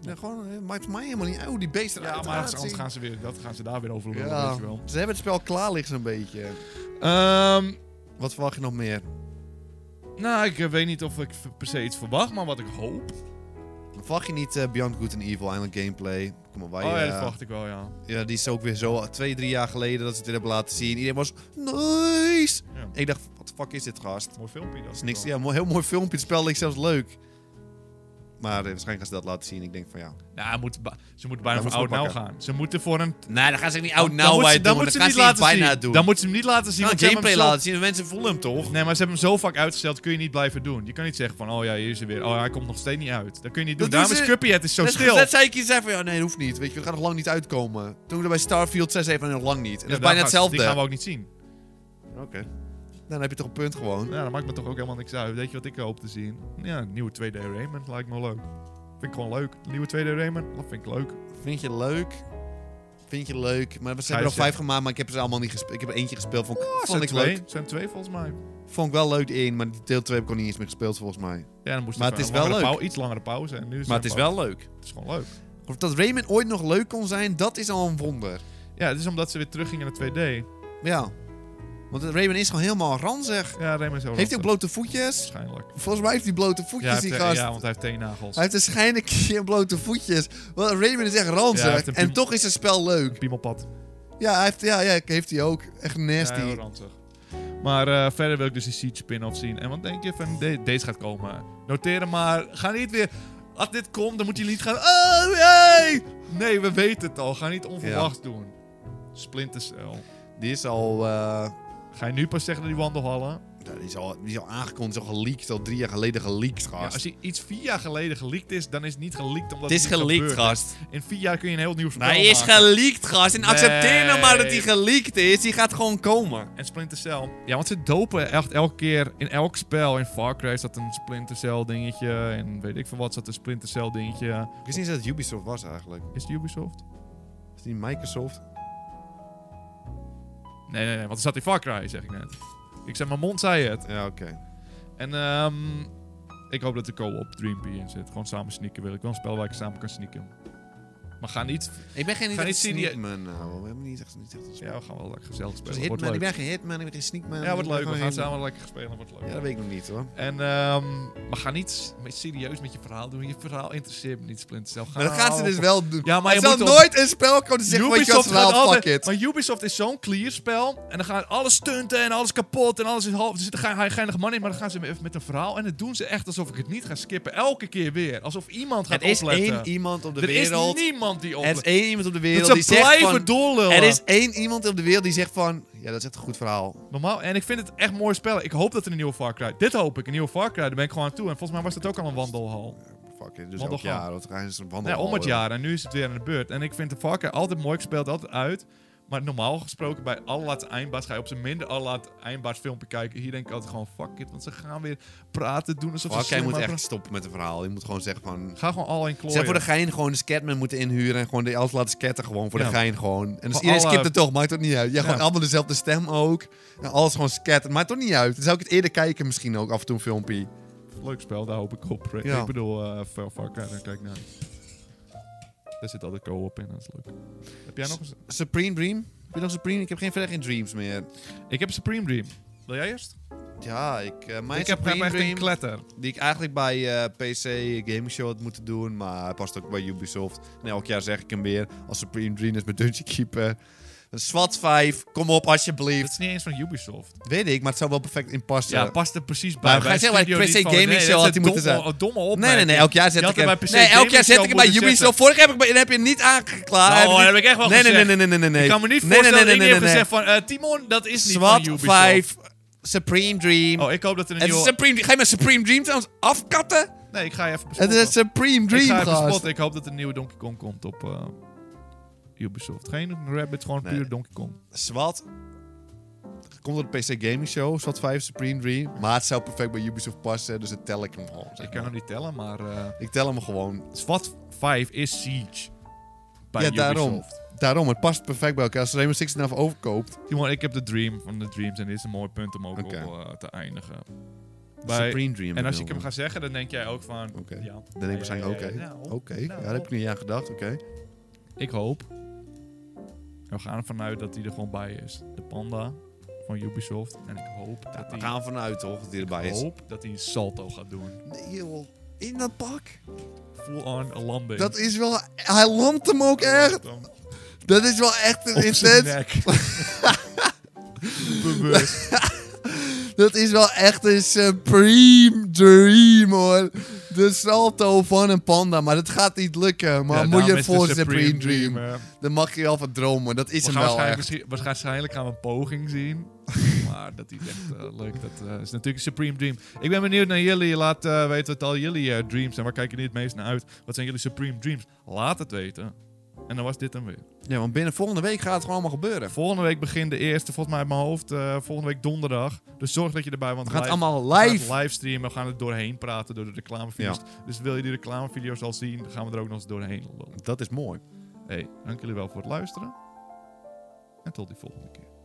[SPEAKER 2] Ja, gewoon, eh, maakt mij helemaal niet uit hoe die beesten
[SPEAKER 1] Ja,
[SPEAKER 2] eruit
[SPEAKER 1] maar ergens
[SPEAKER 2] zien.
[SPEAKER 1] anders gaan ze, weer, dat gaan ze daar weer over lullen,
[SPEAKER 2] Ja,
[SPEAKER 1] weet je wel.
[SPEAKER 2] ze hebben het spel klaar liggen zo'n beetje.
[SPEAKER 1] Ehm,
[SPEAKER 2] Wat verwacht je nog meer?
[SPEAKER 1] nou, ik eh, weet niet of ik v- per se iets verwacht, maar wat ik hoop.
[SPEAKER 2] Oh, Verwacht je niet eh, Beyond Good and Evil eindelijk gameplay? Kom maar, wij,
[SPEAKER 1] oh ja, dat
[SPEAKER 2] eh,
[SPEAKER 1] verwacht ik wel, ja.
[SPEAKER 2] Ja, die is ook weer zo twee, drie jaar geleden dat ze dit hebben laten zien. Iedereen was nice.
[SPEAKER 1] Ja.
[SPEAKER 2] Ik dacht, wat de fuck is dit gast? Dat
[SPEAKER 1] Mooi filmpje dat.
[SPEAKER 2] is niks.
[SPEAKER 1] wel.
[SPEAKER 2] Ja, mooi- heel mooi filmpje. Het spel leek zelfs leuk. Maar eh, waarschijnlijk gaan ze dat laten zien. Ik denk van ja.
[SPEAKER 1] Nou, hij moet ba- ze moeten bijna
[SPEAKER 2] Dan
[SPEAKER 1] voor oud
[SPEAKER 2] moeten we
[SPEAKER 1] nou
[SPEAKER 2] pakken.
[SPEAKER 1] gaan. Ze moeten voor een...
[SPEAKER 2] Nee, dan gaan ze niet oud
[SPEAKER 1] dan
[SPEAKER 2] nou
[SPEAKER 1] moet
[SPEAKER 2] bij
[SPEAKER 1] ze-
[SPEAKER 2] doen.
[SPEAKER 1] dan
[SPEAKER 2] want
[SPEAKER 1] moeten ze
[SPEAKER 2] gaan
[SPEAKER 1] niet laten
[SPEAKER 2] bijna
[SPEAKER 1] zien.
[SPEAKER 2] doen.
[SPEAKER 1] Dan moeten ze hem niet laten zien.
[SPEAKER 2] gaan
[SPEAKER 1] want ze hebben
[SPEAKER 2] gameplay
[SPEAKER 1] hem zo-
[SPEAKER 2] laten zien. Mensen voelen hem toch?
[SPEAKER 1] Nee, maar ze hebben hem zo vaak uitgesteld, kun je niet blijven doen. Je kan niet zeggen van, oh ja, hier is hij weer. Oh, hij komt nog steeds niet uit. Dat kun je niet doen.
[SPEAKER 2] Dat
[SPEAKER 1] Daarom
[SPEAKER 2] doen
[SPEAKER 1] is
[SPEAKER 2] ze-
[SPEAKER 1] Cuphead het is zo
[SPEAKER 2] dat,
[SPEAKER 1] stil.
[SPEAKER 2] dat zei ik je zei van ja, nee, dat hoeft niet. Weet je, het gaat nog lang niet uitkomen. Toen we bij Starfield 6 even nog lang niet.
[SPEAKER 1] Ja,
[SPEAKER 2] En dat is bijna
[SPEAKER 1] daar gaan-
[SPEAKER 2] hetzelfde.
[SPEAKER 1] Die gaan we ook niet zien.
[SPEAKER 2] Oké. Dan heb je toch een punt gewoon.
[SPEAKER 1] Ja, dat maakt me toch ook helemaal niks uit. Weet je wat ik hoop te zien? Ja, een nieuwe 2D Rayman lijkt me leuk. Vind ik gewoon leuk. Een nieuwe 2D Rayman, dat vind ik leuk.
[SPEAKER 2] Vind je leuk? Vind je leuk? Maar ze
[SPEAKER 1] Ga je
[SPEAKER 2] hebben er al vijf
[SPEAKER 1] zeggen.
[SPEAKER 2] gemaakt, maar ik heb ze allemaal niet gespeeld. Ik heb er eentje gespeeld, vond, ik-
[SPEAKER 1] Ah,
[SPEAKER 2] vond
[SPEAKER 1] zijn
[SPEAKER 2] ik
[SPEAKER 1] twee.
[SPEAKER 2] leuk.
[SPEAKER 1] zijn twee volgens mij.
[SPEAKER 2] Vond ik wel leuk in, maar die deel 2 heb ik al niet eens meer gespeeld volgens mij.
[SPEAKER 1] Ja, dan moest
[SPEAKER 2] Maar
[SPEAKER 1] er
[SPEAKER 2] het
[SPEAKER 1] een
[SPEAKER 2] is wel
[SPEAKER 1] langere
[SPEAKER 2] leuk.
[SPEAKER 1] pau- iets langere pauze. En nu is
[SPEAKER 2] Maar
[SPEAKER 1] er
[SPEAKER 2] het is
[SPEAKER 1] een
[SPEAKER 2] wel leuk.
[SPEAKER 1] pauze. Het is gewoon leuk.
[SPEAKER 2] Of dat Rayman ooit nog leuk kon zijn, dat is al een wonder.
[SPEAKER 1] Ja, het is omdat ze weer teruggingen naar 2D.
[SPEAKER 2] Ja. Want Rayman is gewoon helemaal ranzig.
[SPEAKER 1] Ja, Rayman is heel
[SPEAKER 2] Heeft hij
[SPEAKER 1] lastig,
[SPEAKER 2] ook blote voetjes?
[SPEAKER 1] Waarschijnlijk.
[SPEAKER 2] Volgens mij heeft hij blote
[SPEAKER 1] Ja, hij
[SPEAKER 2] voetjes,
[SPEAKER 1] heeft,
[SPEAKER 2] die
[SPEAKER 1] eh,
[SPEAKER 2] gast.
[SPEAKER 1] ja, want hij heeft teennagels.
[SPEAKER 2] Hij heeft waarschijnlijk geen blote voetjes. Want Rayman is echt
[SPEAKER 1] Ja, hij
[SPEAKER 2] ranzig.
[SPEAKER 1] heeft een
[SPEAKER 2] en
[SPEAKER 1] piemel.
[SPEAKER 2] toch is het spel leuk.
[SPEAKER 1] Piemelpad.
[SPEAKER 2] Ja, hij heeft, ja, ja, heeft hij ook. Echt
[SPEAKER 1] Ja,
[SPEAKER 2] nasty.
[SPEAKER 1] heel ranzig. Maar eh, verder wil ik dus die Siege spin-off zien. En wat denk je van de- deze gaat komen? Noteer hem maar. Ga niet weer... Als dit komt, dan moet je niet gaan... Oh, nee! Nee, we weten het al. Ga niet onverwacht doen. Splinter Cell.
[SPEAKER 2] Die is al... eh,
[SPEAKER 1] Ga je nu pas zeggen dat die wandelhallen?
[SPEAKER 2] Ja, die, is al, die is al aangekondigd, is al geleakt, al drie jaar geleden geleakt,
[SPEAKER 1] Ja,
[SPEAKER 2] gast.
[SPEAKER 1] als je iets vier jaar geleden geleakt is, dan is het niet geleakt omdat
[SPEAKER 2] het is
[SPEAKER 1] niet
[SPEAKER 2] geleakt,
[SPEAKER 1] gebeurd
[SPEAKER 2] gast.
[SPEAKER 1] In vier jaar kun je een heel nieuw spel
[SPEAKER 2] Hij is
[SPEAKER 1] maken.
[SPEAKER 2] geleakt, gast. En accepteer nou maar dat hij
[SPEAKER 1] Nee.
[SPEAKER 2] geleakt is. Die gaat gewoon komen.
[SPEAKER 1] En Splinter Cell. Ja, want ze dopen echt elke keer in elk spel. In Far Cry zat een Splinter Cell dingetje. En weet ik veel wat zat een Splinter Cell dingetje.
[SPEAKER 2] Ik wist niet dat het Ubisoft was eigenlijk.
[SPEAKER 1] Is het Ubisoft?
[SPEAKER 2] Is die Microsoft?
[SPEAKER 1] Nee, nee, nee. Want er zat in Far Cry, zeg ik net. Ik zei, mijn mond zei het.
[SPEAKER 2] Ja, oké.
[SPEAKER 1] En ehm, ik hoop dat de co-op Dreampie in zit. Gewoon samen sneaken wil ik. Wel een spel waar ik samen kan sneaken. Maar ga niet...
[SPEAKER 2] Ik ben geen
[SPEAKER 1] Ga niet zien die-
[SPEAKER 2] sneakman. Nou, we hebben niet echt, niet echt een
[SPEAKER 1] Ja, we gaan wel lekker gezellig
[SPEAKER 2] Ik ben
[SPEAKER 1] spelen.
[SPEAKER 2] geen
[SPEAKER 1] Wordt
[SPEAKER 2] hitman, ik
[SPEAKER 1] leuk.
[SPEAKER 2] ben geen hitman, ik ben geen sneakman.
[SPEAKER 1] Ja, wordt leuk. We gaan
[SPEAKER 2] het
[SPEAKER 1] samen lekker spelen. Wordt leuk.
[SPEAKER 2] Ja, dat weet ik nog niet hoor.
[SPEAKER 1] En, ehm, maar ga niet s- met- serieus met je verhaal doen. Je verhaal interesseert me niet, Splinter Cell. Ga
[SPEAKER 2] Maar dat gaan ze
[SPEAKER 1] nou
[SPEAKER 2] dus
[SPEAKER 1] op-
[SPEAKER 2] wel doen.
[SPEAKER 1] Ja, maar
[SPEAKER 2] het
[SPEAKER 1] je
[SPEAKER 2] zal
[SPEAKER 1] moet op-
[SPEAKER 2] nooit een spel komen zeggen van, je
[SPEAKER 1] gaat
[SPEAKER 2] verhaal, fuck
[SPEAKER 1] altijd,
[SPEAKER 2] it.
[SPEAKER 1] maar Ubisoft is zo'n clearspel. En dan gaan alles stunten en alles kapot en alles is half. Er zit geen geinig man in, maar dan gaan ze even met een verhaal. En dat doen ze echt alsof ik het niet ga skippen. Elke keer weer. Alsof iemand gaat
[SPEAKER 2] Er is
[SPEAKER 1] opletten.
[SPEAKER 2] één iemand op de
[SPEAKER 1] er
[SPEAKER 2] wereld.
[SPEAKER 1] is niemand die
[SPEAKER 2] Er is
[SPEAKER 1] oplet.
[SPEAKER 2] één iemand op de wereld
[SPEAKER 1] Dat
[SPEAKER 2] die
[SPEAKER 1] ze
[SPEAKER 2] zegt van...
[SPEAKER 1] blijven doorlullen.
[SPEAKER 2] Er is één iemand op de wereld die zegt van... Ja, dat is echt een goed verhaal.
[SPEAKER 1] Normaal. En ik vind het echt mooi spellen. Ik hoop dat er een nieuwe Far Cry... Dit hoop ik. Een nieuwe Far Cry. Daar ben ik gewoon aan toe. En volgens mij was dat ook al een wandelhal.
[SPEAKER 2] Fuck it, dus
[SPEAKER 1] Wandelgang.
[SPEAKER 2] elk jaar. Dat gaan ze een
[SPEAKER 1] Nee,
[SPEAKER 2] wandelhal
[SPEAKER 1] om het
[SPEAKER 2] hebben.
[SPEAKER 1] jaar. En nu is het weer aan de beurt. En ik vind de Far Cry altijd mooi. Ik speel het altijd uit. Maar normaal gesproken bij allerlaatste eindbaas ga je op zijn minder allerlaatste eindbaas filmpje kijken. Hier denk ik altijd gewoon fuck it. Want ze gaan weer praten, doen alsof
[SPEAKER 2] Fuck,
[SPEAKER 1] ze
[SPEAKER 2] jij
[SPEAKER 1] slim
[SPEAKER 2] moet
[SPEAKER 1] waren.
[SPEAKER 2] echt stoppen met een verhaal. Je moet gewoon zeggen van...
[SPEAKER 1] Ga gewoon al in klooien.
[SPEAKER 2] Zeg voor de gein gewoon een scatman moeten inhuren en gewoon de alles laten scatten gewoon voor
[SPEAKER 1] Ja.
[SPEAKER 2] de gein gewoon. En dus
[SPEAKER 1] Voor
[SPEAKER 2] iedereen
[SPEAKER 1] alle-
[SPEAKER 2] skipt het toch, maakt het niet uit. Ja, gewoon
[SPEAKER 1] Ja.
[SPEAKER 2] allemaal dezelfde stem ook. En alles gewoon scatten, maakt toch niet uit. Dan zou ik het eerder kijken misschien ook af en toe een filmpje.
[SPEAKER 1] leuk spel, daar hoop ik op.
[SPEAKER 2] Ja.
[SPEAKER 1] Ik bedoel, eh Far Far Cry, dan kijk naar. Daar zit altijd co-op in, dat is leuk. Heb jij nog eens?
[SPEAKER 2] Supreme Dream? Heb je nog Supreme? Ik heb geen verder geen Dreams meer.
[SPEAKER 1] Ik heb Supreme Dream. Wil jij eerst?
[SPEAKER 2] Ja, ik, eh, mijn
[SPEAKER 1] ik heb
[SPEAKER 2] Supreme
[SPEAKER 1] hem echt een
[SPEAKER 2] Dream,
[SPEAKER 1] kletter.
[SPEAKER 2] die ik eigenlijk bij eh, PC Gaming Show had moeten doen, maar hij past ook bij Ubisoft. En elk jaar zeg ik hem weer, als Supreme Dream is mijn Dungeon Keeper. Een SWAT 5, kom op
[SPEAKER 1] Het
[SPEAKER 2] alsjeblieft.
[SPEAKER 1] is niet eens van Ubisoft.
[SPEAKER 2] Weet ik, maar het zou wel perfect in passen.
[SPEAKER 1] Ja, past er precies bij.
[SPEAKER 2] eh, Maar ga je zeggen, bij
[SPEAKER 1] Studio
[SPEAKER 2] PC
[SPEAKER 1] die van-
[SPEAKER 2] Gaming
[SPEAKER 1] nee,
[SPEAKER 2] Show
[SPEAKER 1] dat
[SPEAKER 2] had
[SPEAKER 1] is
[SPEAKER 2] hij
[SPEAKER 1] een domme-
[SPEAKER 2] moeten
[SPEAKER 1] Domme
[SPEAKER 2] Nee, nee,
[SPEAKER 1] opmerking.
[SPEAKER 2] nee, elk jaar zet
[SPEAKER 1] Je
[SPEAKER 2] ik
[SPEAKER 1] had
[SPEAKER 2] hem.
[SPEAKER 1] hem bij PC
[SPEAKER 2] Nee, elk jaar
[SPEAKER 1] Gaming
[SPEAKER 2] zet ik
[SPEAKER 1] Show
[SPEAKER 2] hem bij
[SPEAKER 1] moeten
[SPEAKER 2] Ubisoft.
[SPEAKER 1] zetten.
[SPEAKER 2] Vorig jaar heb ik, hem- heb je hem niet aangeklaagd.
[SPEAKER 1] Oh, heb ik echt wel
[SPEAKER 2] nee, Nee,
[SPEAKER 1] gezegd.
[SPEAKER 2] nee, nee, nee, nee, nee.
[SPEAKER 1] Ik kan me niet
[SPEAKER 2] Nee, nee,
[SPEAKER 1] voorstellen
[SPEAKER 2] nee,
[SPEAKER 1] dat
[SPEAKER 2] nee,
[SPEAKER 1] iedereen
[SPEAKER 2] nee,
[SPEAKER 1] heeft gezegd van... eh, Timon, dat is niet van
[SPEAKER 2] SWAT
[SPEAKER 1] Ubisoft.
[SPEAKER 2] 5, Supreme Dream.
[SPEAKER 1] Oh, ik hoop dat er een
[SPEAKER 2] het is
[SPEAKER 1] nieuwe...
[SPEAKER 2] Supreme Dream. Ga je mijn Supreme Dream trouwens afkatten?
[SPEAKER 1] Nee, ik ga je even
[SPEAKER 2] Het
[SPEAKER 1] bespotten.
[SPEAKER 2] is Supreme
[SPEAKER 1] ik ga
[SPEAKER 2] Dream,
[SPEAKER 1] even
[SPEAKER 2] gast.
[SPEAKER 1] bespotten. Ik hoop dat er een nieuwe Donkey Kong komt op eh, Ubisoft. Geen Rabbit, gewoon
[SPEAKER 2] Nee.
[SPEAKER 1] puur Donkey Kong.
[SPEAKER 2] SWAT. Komt door de PC Gaming Show, SWAT 5, Supreme Dream. Maar het zou perfect bij Ubisoft passen, dus dan tel ik hem gewoon. zeg
[SPEAKER 1] Ik kan
[SPEAKER 2] maar.
[SPEAKER 1] hem niet tellen, maar... eh
[SPEAKER 2] Ik tel hem gewoon.
[SPEAKER 1] SWAT 5 is Siege. Bij
[SPEAKER 2] Ja,
[SPEAKER 1] Ubisoft.
[SPEAKER 2] daarom. Daarom, het past perfect bij elkaar. Als Rainbow Six eraf overkoopt,
[SPEAKER 1] Timon, ik heb de Dream van de Dreams. En dit is een mooi punt om ook
[SPEAKER 2] Oké.
[SPEAKER 1] op eh, te eindigen. Bij,
[SPEAKER 2] Supreme Dream.
[SPEAKER 1] en als ik
[SPEAKER 2] bedoel,
[SPEAKER 1] hem
[SPEAKER 2] hè.
[SPEAKER 1] ga zeggen, dan denk jij ook van...
[SPEAKER 2] Oké.
[SPEAKER 1] Ja. Nou,
[SPEAKER 2] Dan denk ik waarschijnlijk, oké. Oké, ja, daar heb ik niet aan gedacht, oké.
[SPEAKER 1] Ik hoop. We gaan ervan uit dat hij er gewoon bij is. De panda van Ubisoft. En ik hoop dat
[SPEAKER 2] We
[SPEAKER 1] hij,
[SPEAKER 2] gaan vanuit toch, dat hij erbij
[SPEAKER 1] ik
[SPEAKER 2] is.
[SPEAKER 1] hoop dat hij een salto gaat doen.
[SPEAKER 2] Nee, joh. In dat pak?
[SPEAKER 1] Full on een landing.
[SPEAKER 2] Dat is wel... Hij landt hem ook echt.
[SPEAKER 1] Dan
[SPEAKER 2] Dat is wel echt een
[SPEAKER 1] Op zijn
[SPEAKER 2] intens...
[SPEAKER 1] nek. Bewust.
[SPEAKER 2] Dat is wel echt een supreme dream, hoor. De salto van een panda. Maar dat gaat niet lukken. Maar
[SPEAKER 1] Ja,
[SPEAKER 2] moet
[SPEAKER 1] daarom
[SPEAKER 2] je
[SPEAKER 1] is
[SPEAKER 2] voor
[SPEAKER 1] de
[SPEAKER 2] een supreme dream.
[SPEAKER 1] eh,
[SPEAKER 2] Dan mag je wel van dromen. Dat is
[SPEAKER 1] we
[SPEAKER 2] hem
[SPEAKER 1] gaan
[SPEAKER 2] wel
[SPEAKER 1] waarschijnlijk,
[SPEAKER 2] echt.
[SPEAKER 1] misschien- waarsch- waarschijnlijk gaan we een poging zien. maar dat is echt eh, leuk. Dat eh, is natuurlijk een Supreme Dream. Ik ben benieuwd naar jullie. Laat eh, weten wat al jullie eh, dreams zijn. Waar kijken jullie het meest naar uit? Wat zijn jullie Supreme Dreams? Laat het weten. En dan was dit dan weer.
[SPEAKER 2] Ja, want binnen volgende week gaat het gewoon allemaal gebeuren.
[SPEAKER 1] Volgende week begint de eerste, volgens mij uit mijn hoofd. eh, volgende week donderdag. Dus zorg dat je erbij bent.
[SPEAKER 2] We gaan het
[SPEAKER 1] live-
[SPEAKER 2] allemaal
[SPEAKER 1] we gaan het
[SPEAKER 2] live.
[SPEAKER 1] livestreamen. We gaan er doorheen praten door de reclamevideo's. Dus wil je die reclamevideo's al zien, dan gaan we er ook nog eens doorheen lullen.
[SPEAKER 2] Dat is mooi.
[SPEAKER 1] Hey, dank jullie wel voor het luisteren. En tot die volgende keer.